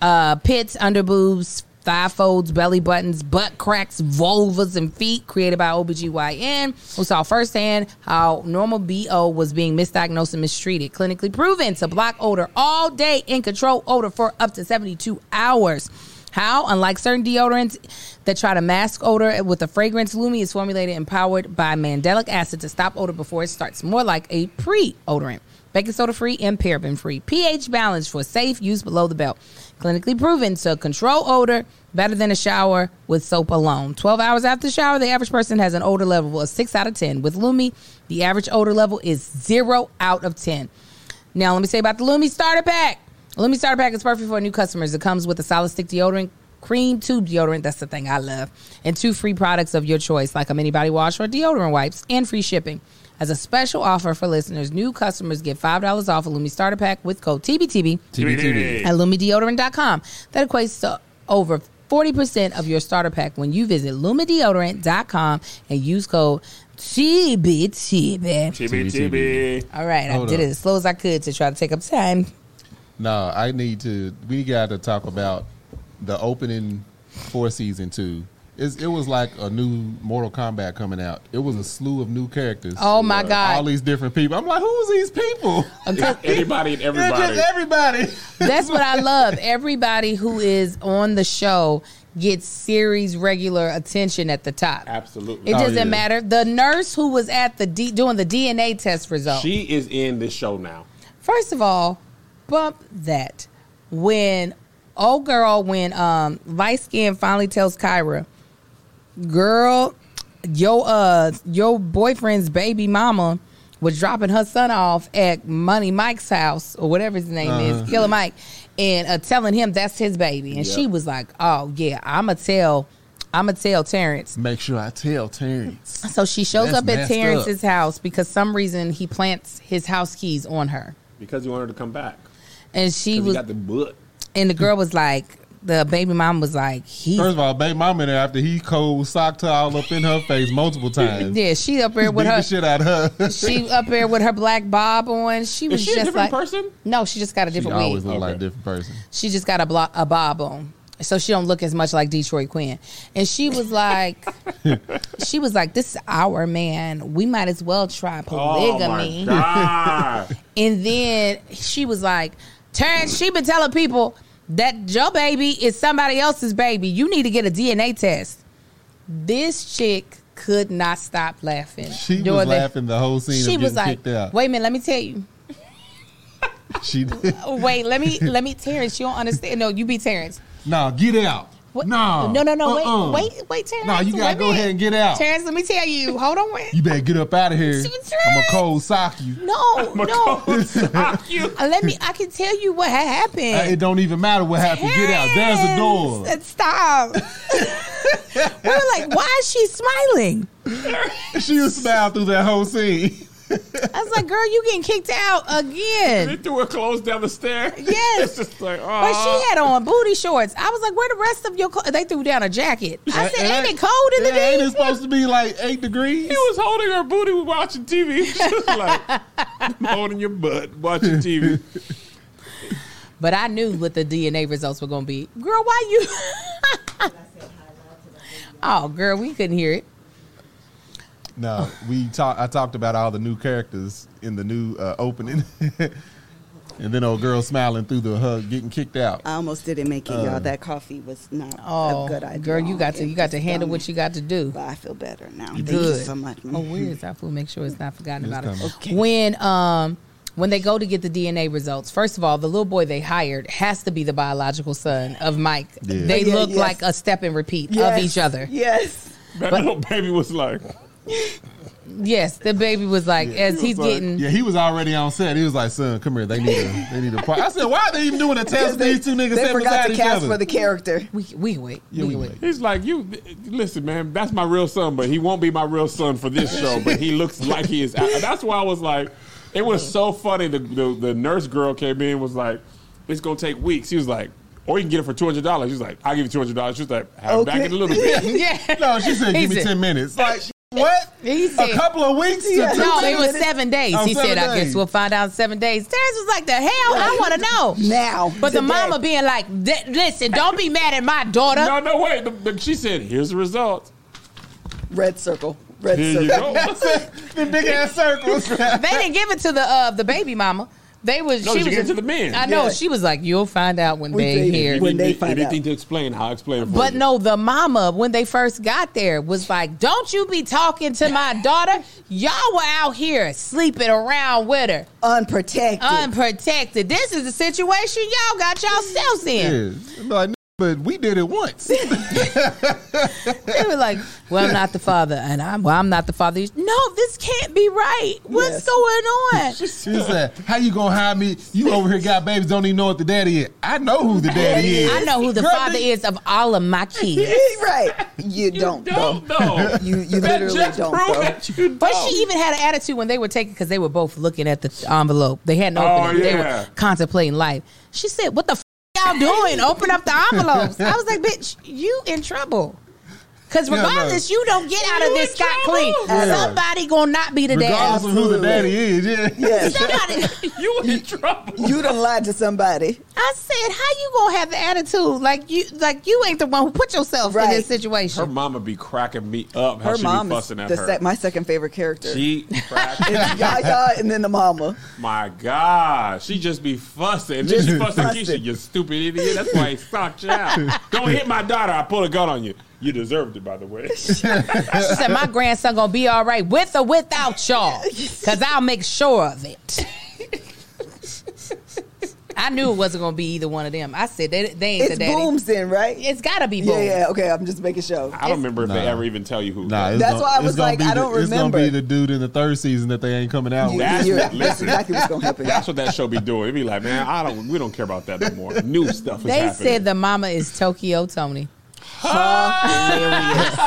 Speaker 2: Uh, pits, under boobs, thigh folds, belly buttons, butt cracks, vulvas, and feet, created by OBGYN, who saw firsthand how normal BO was being misdiagnosed and mistreated. Clinically proven to block odor all day and control odor for up to 72 hours. How, unlike certain deodorants that try to mask odor with a fragrance, Lumi is formulated and powered by mandelic acid to stop odor before it starts, more like a pre-odorant. Baking soda free and paraben free. pH balance for safe use below the belt. Clinically proven to control odor better than a shower with soap alone. 12 hours after the shower, the average person has an odor level of 6 out of 10. With Lumi, the average odor level is 0 out of 10. Now, let me say about the Lumi Starter Pack. Lumi Starter Pack is perfect for new customers. It comes with a solid stick deodorant, cream tube deodorant, that's the thing I love, and two free products of your choice, like a mini body wash or deodorant wipes, and free shipping. As a special offer for listeners, new customers get $5 off a Lumi Starter Pack with code TBTB
Speaker 4: TBTB.
Speaker 2: at lumideodorant.com. That equates to over 40% of your starter pack when you visit lumideodorant.com and use code TBTB.
Speaker 3: TBTB.
Speaker 2: All right, I
Speaker 4: Hold
Speaker 2: did
Speaker 4: up.
Speaker 2: it as slow as I could to try to take up time.
Speaker 4: No, I need to. We got to talk about the opening for season two. It's, it was like a new Mortal Kombat coming out. It was a slew of new characters.
Speaker 2: Oh, my
Speaker 4: Uh,
Speaker 2: God.
Speaker 4: All these different people. I'm like, who's these
Speaker 2: <laughs>
Speaker 4: people?
Speaker 3: Anybody and
Speaker 4: They're
Speaker 3: everybody.
Speaker 4: just everybody.
Speaker 2: That's what I love. Everybody who is on the show gets series regular attention at the top.
Speaker 3: Absolutely.
Speaker 2: It
Speaker 4: Oh,
Speaker 2: doesn't
Speaker 4: yeah.
Speaker 2: matter. The nurse who was at the D, doing the DNA test result.
Speaker 3: She is in this show now.
Speaker 2: First of all, bump that. When old girl, when um light skin finally tells Kyra, girl, your uh your boyfriend's baby mama was dropping her son off at Money Mike's house or whatever his name is, Killer Mike, and uh, telling him that's his baby, and
Speaker 3: Yep.
Speaker 2: she was like, "Oh yeah, I'ma tell, I'ma tell Terrence."
Speaker 4: Make sure I tell Terrence.
Speaker 2: So she shows
Speaker 4: That's
Speaker 2: up at
Speaker 4: messed
Speaker 2: Terrence's house because some reason he plants his house keys on her,
Speaker 3: Because he wanted to come back.
Speaker 2: and she
Speaker 3: Because he
Speaker 2: was
Speaker 3: got the book.
Speaker 2: and the girl was like, the baby mom was like, he.
Speaker 4: First of all, baby mama in there after he cold socked her all up in her face multiple times.
Speaker 2: yeah, she up there
Speaker 4: Beat
Speaker 2: with
Speaker 4: the
Speaker 2: her.
Speaker 4: shit out of her.
Speaker 2: She up there with her black bob on. She was
Speaker 3: Is she a
Speaker 2: just like,
Speaker 3: different person?
Speaker 2: no, she just got a
Speaker 4: She
Speaker 2: different
Speaker 4: always
Speaker 2: wig.
Speaker 4: look like a
Speaker 3: Okay.
Speaker 4: different person.
Speaker 2: she just got a, blo- a bob on so she don't look as much like detroit quinn and she was like she was like this is our man we might as well try polygamy
Speaker 3: Oh my
Speaker 2: <laughs>
Speaker 3: God.
Speaker 2: and then she was like terrence she been telling people that your baby is somebody else's baby you need to get a dna test this chick could not stop laughing.
Speaker 4: She
Speaker 2: You're
Speaker 4: was
Speaker 2: the-
Speaker 4: laughing the whole scene.
Speaker 2: She
Speaker 4: of
Speaker 2: was
Speaker 4: getting
Speaker 2: like,
Speaker 4: kicked out.
Speaker 2: "Wait a minute, let me tell you. Oh,
Speaker 4: She
Speaker 2: Wait, let
Speaker 4: <laughs>
Speaker 2: me let me Terrence. You don't understand. No, you be Terrence.
Speaker 4: no, get out.
Speaker 2: What?
Speaker 4: No,
Speaker 2: no, no, no.
Speaker 4: Uh-uh.
Speaker 2: Wait, wait, wait, Terrence.
Speaker 4: No, you gotta
Speaker 2: wait a
Speaker 4: go
Speaker 2: minute.
Speaker 4: ahead and get out.
Speaker 2: Terrence, let me tell you. Hold on, wait.
Speaker 4: You better get up out of here.
Speaker 2: She was
Speaker 4: I'm
Speaker 2: right.
Speaker 4: a cold sock you. <laughs>
Speaker 2: No,
Speaker 3: <laughs>
Speaker 2: no. Uh, Let me. I can tell you what had
Speaker 4: Uh,
Speaker 2: happened.
Speaker 4: It don't even matter what happened. Get out. There's a door.
Speaker 2: Terrence, Stop.
Speaker 4: <laughs>
Speaker 2: we were like, why is she smiling?
Speaker 4: <laughs> She was smiling through that whole scene.
Speaker 2: I was like, girl, you getting kicked out
Speaker 3: They
Speaker 2: again.
Speaker 3: threw her clothes down the stairs.
Speaker 2: Yes.
Speaker 3: <laughs> it's just like, oh.
Speaker 2: But she had on booty shorts. I was like, where the rest of your clothes? They threw down a jacket. I said, ain't it cold in the
Speaker 4: Yeah, Ain't
Speaker 2: day?
Speaker 4: it supposed to be like eight degrees?
Speaker 3: He was holding her booty while watching TV. <laughs> She was like, "I'm holding your butt, watching TV.
Speaker 2: But I knew what the DNA results were going to be. Girl, why you? <laughs> oh, girl, we couldn't hear it.
Speaker 4: No, we talked. I talked about all the new characters in the new uh, opening, <laughs> and then old girl smiling through the hug, getting kicked out.
Speaker 1: I almost didn't make it,
Speaker 4: Uh,
Speaker 1: y'all. That coffee was not
Speaker 2: Oh,
Speaker 1: a good idea.
Speaker 2: girl, you got to you got to handle what
Speaker 1: what
Speaker 2: you got to do.
Speaker 1: But I feel better now. Thank you
Speaker 2: Good.
Speaker 1: so much.
Speaker 2: Oh, where is that food? Make sure it's not forgotten
Speaker 4: It's
Speaker 2: about it.
Speaker 4: coming.
Speaker 1: Okay.
Speaker 2: When um when they go to get the DNA results, first of all, the little boy they hired has to be the biological son of Mike.
Speaker 4: Yeah.
Speaker 2: They
Speaker 1: Yeah,
Speaker 2: look
Speaker 1: yes.
Speaker 2: like a step and repeat
Speaker 1: Yes.
Speaker 2: of each other.
Speaker 1: Yes.
Speaker 3: That
Speaker 2: But-
Speaker 3: little baby was like,
Speaker 2: Yes, the baby was like as
Speaker 3: He
Speaker 2: he's
Speaker 3: was like,
Speaker 1: Mm.
Speaker 2: getting
Speaker 4: Yeah, he was already on set. He was like, "Son, come here. They need a, they need a part." I said, "Why are they even doing a test? These two niggas
Speaker 1: they
Speaker 4: sat
Speaker 1: forgot
Speaker 4: beside
Speaker 1: to
Speaker 4: each
Speaker 1: cast
Speaker 4: other."
Speaker 1: for the character.
Speaker 2: we we can wait.
Speaker 4: Yeah,
Speaker 2: we can
Speaker 4: we can
Speaker 2: wait.
Speaker 4: wait.
Speaker 3: he's like, you, listen, man, that's my real son, but he won't be my real son for this show, but he looks like he is. That's why I was like, it was so funny. The, the, the nurse girl came in and was like, it's going to take weeks. He was like, or you can get it for $200. He was like, I'll give you $200. She was like, have it back in a
Speaker 1: <laughs>
Speaker 3: little bit.
Speaker 2: <laughs> Yeah.
Speaker 4: No, she said,
Speaker 2: He
Speaker 4: "Give me
Speaker 2: said-
Speaker 4: ten minutes." Like what?
Speaker 2: He said-
Speaker 4: a couple of weeks. To
Speaker 1: Yeah.
Speaker 4: two
Speaker 2: No, it
Speaker 4: minutes?
Speaker 2: was seven days.
Speaker 4: Oh,
Speaker 2: he said,
Speaker 4: seven
Speaker 2: I guess
Speaker 4: days.
Speaker 2: we'll find out in seven days. Terrence was like, the hell? I want to know.
Speaker 1: Now.
Speaker 2: But the
Speaker 1: today.
Speaker 2: mama being like, "Th- listen, don't be mad at my daughter.
Speaker 3: No, no, wait. The, the, she said, here's the results.
Speaker 1: Red circle. Red
Speaker 3: Here
Speaker 1: circle.
Speaker 3: you go.
Speaker 4: the big
Speaker 1: <laughs>
Speaker 4: ass circles.
Speaker 2: They didn't give it to the uh, the baby mama. They was
Speaker 3: No,
Speaker 2: she
Speaker 3: she
Speaker 2: was
Speaker 3: gave it to the men.
Speaker 2: I know
Speaker 1: Yeah.
Speaker 2: she was like, "You'll find out when
Speaker 1: We
Speaker 2: they
Speaker 1: did.
Speaker 2: hear."
Speaker 1: When they
Speaker 3: Anything-
Speaker 1: find
Speaker 3: anything
Speaker 1: out.
Speaker 3: to explain, I'll explain it for
Speaker 2: But
Speaker 3: you.
Speaker 2: no, the mama when they first got there was like, "Don't you be talking to
Speaker 1: <laughs>
Speaker 2: my daughter? Y'all were out here sleeping around with her,
Speaker 1: Unprotected.
Speaker 2: unprotected. This is the situation y'all got yourselves in."
Speaker 4: Yeah. Like, but we did it once.
Speaker 2: They were like, "Well, I'm not the father, and I'm well, I'm not the father." No, this can't be right. What's
Speaker 1: Yes.
Speaker 2: going on?
Speaker 4: She said, "How you gonna hire me? You over here got babies, don't even know what the daddy is. I know who the
Speaker 1: <laughs>
Speaker 4: daddy is.
Speaker 2: I know who the
Speaker 4: Girl,
Speaker 2: father
Speaker 4: do-
Speaker 2: is of all of my kids.
Speaker 1: <laughs> right. You, don't, though.
Speaker 3: don't <laughs> know.
Speaker 1: You, you
Speaker 3: that
Speaker 1: literally
Speaker 3: just
Speaker 1: don't,
Speaker 3: proved
Speaker 1: though.
Speaker 3: that you don't.
Speaker 2: But
Speaker 4: Oh.
Speaker 2: she even had an attitude when they were taking because they were both looking at the envelope. They hadn't
Speaker 3: Oh,
Speaker 2: opened it. They
Speaker 3: yeah.
Speaker 2: were contemplating life. She said, "What the f- y'all doing? Open up the envelopes." I was like, "Bitch, you in trouble." Because
Speaker 4: Yeah, no.
Speaker 2: regardless, you don't get out of
Speaker 3: You
Speaker 2: this
Speaker 3: in
Speaker 2: scot clean.
Speaker 4: Yeah.
Speaker 2: Somebody gonna not be the
Speaker 4: Regardless
Speaker 2: dad.
Speaker 4: of who
Speaker 1: Absolutely.
Speaker 4: the daddy is, yeah.
Speaker 1: Yes.
Speaker 2: <laughs>
Speaker 4: <laughs>
Speaker 2: Somebody.
Speaker 3: you in trouble.
Speaker 1: You done lied to somebody.
Speaker 2: I said, "How you gonna have the attitude like you like you ain't the one who put yourself in
Speaker 1: Right.
Speaker 2: this situation?"
Speaker 3: Her mama be cracking me up. How
Speaker 1: Her
Speaker 3: she
Speaker 1: mom
Speaker 3: be
Speaker 1: is
Speaker 3: fussing at
Speaker 1: the
Speaker 3: her.
Speaker 1: sec- my second favorite character.
Speaker 3: she
Speaker 1: <laughs>
Speaker 3: cracked. <laughs>
Speaker 1: Yaya and then the mama.
Speaker 3: my God, she just be fussing. And then she
Speaker 4: Just
Speaker 3: fussing Keisha.
Speaker 1: fussing.
Speaker 3: You stupid idiot. That's why he stopped you out. Don't hit my daughter. I pull a gun on you. You deserved it, by the way.
Speaker 2: She said, "My grandson gonna be all right with or
Speaker 1: <laughs>
Speaker 2: without y'all, cause I'll make sure of it." I knew it wasn't gonna be either one of them. I said, "They, they ain't
Speaker 1: It's
Speaker 2: the daddy.
Speaker 1: Booms then, right?
Speaker 2: It's gotta be boom."
Speaker 1: yeah, yeah. Okay, I'm just making sure.
Speaker 3: I don't remember if they
Speaker 4: Nah.
Speaker 3: ever even tell you who.
Speaker 4: Nah, it's
Speaker 1: That's
Speaker 4: gonna-
Speaker 1: why I
Speaker 4: it's
Speaker 1: was
Speaker 4: gonna
Speaker 1: like,
Speaker 4: be
Speaker 1: I
Speaker 4: the-
Speaker 1: don't
Speaker 4: It's
Speaker 1: remember.
Speaker 4: gonna be the dude in the third season that they ain't coming out
Speaker 1: You-
Speaker 4: with.
Speaker 3: That's
Speaker 1: you're-
Speaker 3: what-
Speaker 1: that's
Speaker 3: listen.
Speaker 1: exactly what's going to
Speaker 3: <laughs>
Speaker 1: happen.
Speaker 3: That's what that show be doing. It'd be like, man, I don't. We don't care about that no more. New stuff. Is
Speaker 2: They
Speaker 3: happening.
Speaker 2: said the mama is Tokyo Tony.
Speaker 1: Hilarious.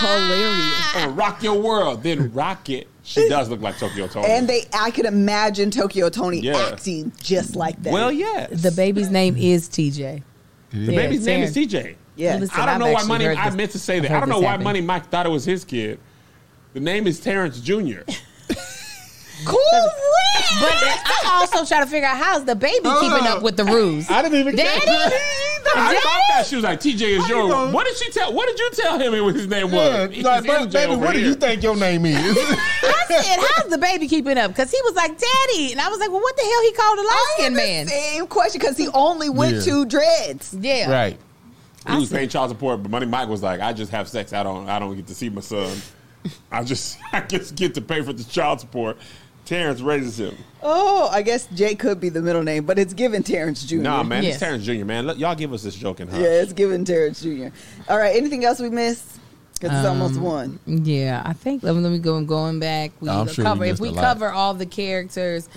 Speaker 1: Hilarious.
Speaker 3: and rock your world, then rock it. She does look like Tokyo Tony.
Speaker 1: And they, I could imagine Tokyo Tony
Speaker 3: Yeah.
Speaker 1: acting just like that.
Speaker 3: well, yes.
Speaker 2: The baby's name is TJ.
Speaker 4: The
Speaker 2: Yeah,
Speaker 3: baby's name
Speaker 2: Taryn.
Speaker 3: is TJ.
Speaker 1: yeah.
Speaker 2: Listen,
Speaker 3: I don't
Speaker 2: I've
Speaker 3: know why
Speaker 2: actually
Speaker 3: money.
Speaker 2: heard
Speaker 3: I
Speaker 2: this-
Speaker 3: meant to say
Speaker 2: I've
Speaker 3: that.
Speaker 2: heard
Speaker 3: I don't know
Speaker 2: this
Speaker 3: why
Speaker 2: happen.
Speaker 3: money Mike thought it was his kid. The name is Terrence Jr.
Speaker 2: Correct. But I also try to figure out how's the baby keeping up with the rules.
Speaker 4: Oh. I didn't even catch
Speaker 2: Daddy?
Speaker 3: I
Speaker 2: Daddy?
Speaker 3: thought that she was like TJ is
Speaker 4: How you
Speaker 3: yours.
Speaker 4: gonna-
Speaker 3: What did she tell? What did you tell him? What his name
Speaker 4: Yeah,
Speaker 3: was?
Speaker 4: like,
Speaker 3: He's
Speaker 4: baby,
Speaker 3: MJ
Speaker 4: baby,
Speaker 3: over
Speaker 4: what do
Speaker 3: here.
Speaker 4: you think your name is? <laughs>
Speaker 2: I said, "How's the baby keeping up?" Because he was like, "Daddy," and I was like, "Well, what the hell?" He called a light
Speaker 1: I had
Speaker 2: skinned man.
Speaker 1: the same question because he only went
Speaker 4: Yeah.
Speaker 1: to dreads.
Speaker 2: <laughs> Yeah,
Speaker 4: right.
Speaker 3: He was paying child support, but Money Mike was like, "I just have sex. I don't. I don't get to see my son. I just, <laughs> I just get to pay for the child support." Terrence raises him.
Speaker 1: Oh, I guess Jay could be the middle name, but it's given Terrence Jr.
Speaker 3: Nah, man,
Speaker 2: Yes.
Speaker 3: it's Terrence Jr. Man, Let, y'all give us this joke and hush.
Speaker 1: <laughs> Yeah, it's given Terrence Jr. All right, anything else we missed? Because it's almost
Speaker 2: Um,
Speaker 1: one.
Speaker 2: Yeah, I think let me, let me go. Going back, we
Speaker 4: I'm sure we
Speaker 2: cover if
Speaker 4: missed
Speaker 2: we
Speaker 4: a lot.
Speaker 2: cover all the characters.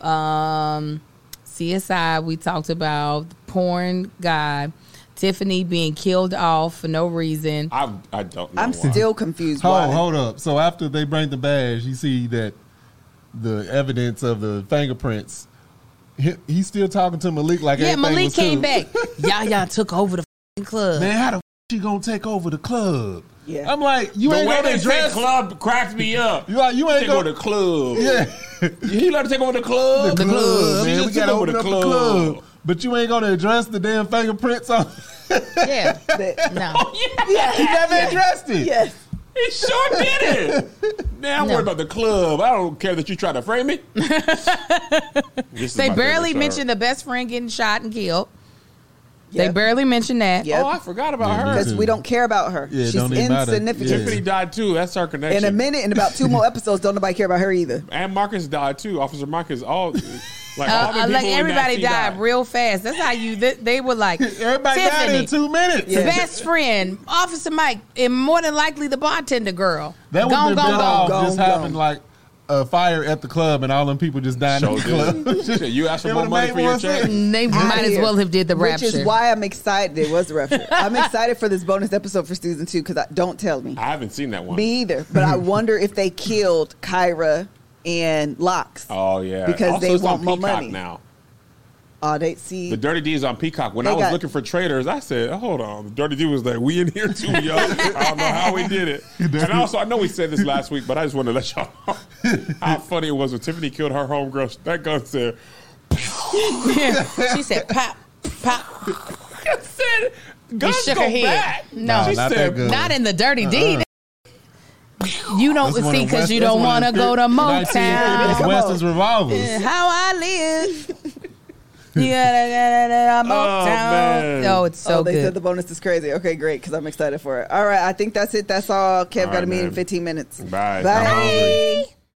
Speaker 2: Um, CSI, we talked about the porn guy, Tiffany being killed off for no reason.
Speaker 3: I, I don't. Know
Speaker 1: I'm
Speaker 3: why.
Speaker 1: still confused.
Speaker 4: Hold,
Speaker 1: why.
Speaker 4: hold up. So after they bring the badge, you see that the evidence of the fingerprints. He, he's still talking to Malik like
Speaker 2: yeah,
Speaker 4: everything
Speaker 2: Malik
Speaker 4: was
Speaker 2: came
Speaker 4: cool. <laughs>
Speaker 2: back. Y'all, y'all took over the fing club.
Speaker 4: Man, how the f- she gonna take over the club?
Speaker 1: Yeah.
Speaker 4: I'm like, you
Speaker 3: The
Speaker 4: ain't
Speaker 3: way
Speaker 4: gonna
Speaker 3: they said
Speaker 4: dress.
Speaker 3: club cracked me up.
Speaker 4: You like, you ain't
Speaker 3: take over
Speaker 4: gonna
Speaker 3: the club.
Speaker 4: <laughs> yeah.
Speaker 3: He let to take over the club.
Speaker 2: The club,
Speaker 3: He
Speaker 4: man.
Speaker 3: just
Speaker 4: We
Speaker 3: took
Speaker 4: gotta
Speaker 3: over
Speaker 4: open up the club, but you ain't gonna address the damn fingerprints on. <laughs>
Speaker 2: Yeah,
Speaker 1: <laughs> That-
Speaker 2: no.
Speaker 4: he never addressed it.
Speaker 1: yes.
Speaker 3: He sure did it.
Speaker 4: <laughs>
Speaker 3: Man, I'm
Speaker 2: No.
Speaker 3: worried about the club. I don't care that you try to frame it.
Speaker 2: They barely mentioned the best friend getting shot and killed. They
Speaker 1: Yep.
Speaker 2: barely mentioned that.
Speaker 1: Yep.
Speaker 3: Oh, I forgot about
Speaker 4: Yeah,
Speaker 3: her.
Speaker 4: me
Speaker 1: Because we don't care about her.
Speaker 4: Yeah,
Speaker 1: She's
Speaker 4: don't even matter.
Speaker 1: insignificant.
Speaker 3: Tiffany died too. That's her connection.
Speaker 1: In a minute, in about two more episodes, don't nobody care about her either.
Speaker 3: And Marcus died too. Officer Marcus.
Speaker 4: <laughs>
Speaker 3: All like all the
Speaker 2: Uh, uh,
Speaker 3: people
Speaker 2: like
Speaker 3: in that
Speaker 2: everybody
Speaker 3: scene
Speaker 2: died, real fast. That's how you. They, they were like
Speaker 4: <laughs> Everybody got
Speaker 2: Tiffany,
Speaker 4: it in two minutes.
Speaker 1: Yeah.
Speaker 2: best friend, Officer Mike, and more than likely the bartender girl.
Speaker 4: That would
Speaker 2: Gone,
Speaker 4: have been
Speaker 2: gone,
Speaker 4: better
Speaker 2: gone.
Speaker 4: off
Speaker 1: gone,
Speaker 4: just
Speaker 1: gone.
Speaker 4: having like a fire at the club and all them people just dying
Speaker 3: So
Speaker 4: at the club.
Speaker 3: did. Shit, you asked for
Speaker 4: It
Speaker 3: more
Speaker 4: would've
Speaker 3: money
Speaker 4: made
Speaker 3: for your
Speaker 4: more
Speaker 3: check.
Speaker 4: sense.
Speaker 2: They might as
Speaker 1: here.
Speaker 2: well have did the
Speaker 1: Which
Speaker 2: rapture.
Speaker 1: is
Speaker 2: <laughs>
Speaker 1: why I'm excited. It was rough. I'm excited for this bonus episode for season two because don't tell me.
Speaker 3: I haven't seen that one.
Speaker 1: Me either.
Speaker 4: <laughs>
Speaker 1: But I wonder if they killed Kyra and Locks.
Speaker 3: Oh yeah,
Speaker 1: Because
Speaker 3: also,
Speaker 1: they
Speaker 3: it's
Speaker 1: want
Speaker 3: on
Speaker 1: more
Speaker 3: Peacock
Speaker 1: money.
Speaker 3: now.
Speaker 1: Oh, they see.
Speaker 3: The Dirty D is on Peacock. When
Speaker 1: They
Speaker 3: I was
Speaker 1: got-
Speaker 3: looking for traders, I said, "Hold on." The Dirty D was like, "We in here too,
Speaker 2: <laughs>
Speaker 3: y'all." I don't know how we did it. And also, I know we said this last week, but I just want to let y'all know <laughs> how funny it was when Tiffany killed her homegirl. That gun said,
Speaker 4: <laughs>
Speaker 2: she said, "Pop, pop."
Speaker 3: "Gun said, guns
Speaker 2: shook
Speaker 3: go
Speaker 2: her head.
Speaker 3: back."
Speaker 2: No.
Speaker 3: she
Speaker 4: Nah, not
Speaker 3: said,
Speaker 4: that gun.
Speaker 2: Not in the dirty deed. You don't
Speaker 4: That's one
Speaker 2: see
Speaker 4: of
Speaker 2: because
Speaker 4: West-
Speaker 2: you
Speaker 4: that's
Speaker 2: don't
Speaker 4: one
Speaker 2: want
Speaker 4: of
Speaker 2: to
Speaker 4: the
Speaker 2: go to
Speaker 4: 1950s
Speaker 2: Motown.
Speaker 4: Weston's revolvers.
Speaker 2: How I live. <laughs> Yeah, da, da, da, da, Motown.
Speaker 3: man.
Speaker 2: Oh, it's so
Speaker 1: oh, they
Speaker 2: good.
Speaker 1: said the bonus is crazy. Okay, great, because I'm excited for it. All right, I think that's it. That's all. Kev got
Speaker 3: All
Speaker 1: to
Speaker 3: right,
Speaker 1: meet in
Speaker 3: man.
Speaker 1: 15 minutes.
Speaker 3: Bye. I'm
Speaker 1: Bye.
Speaker 3: hungry.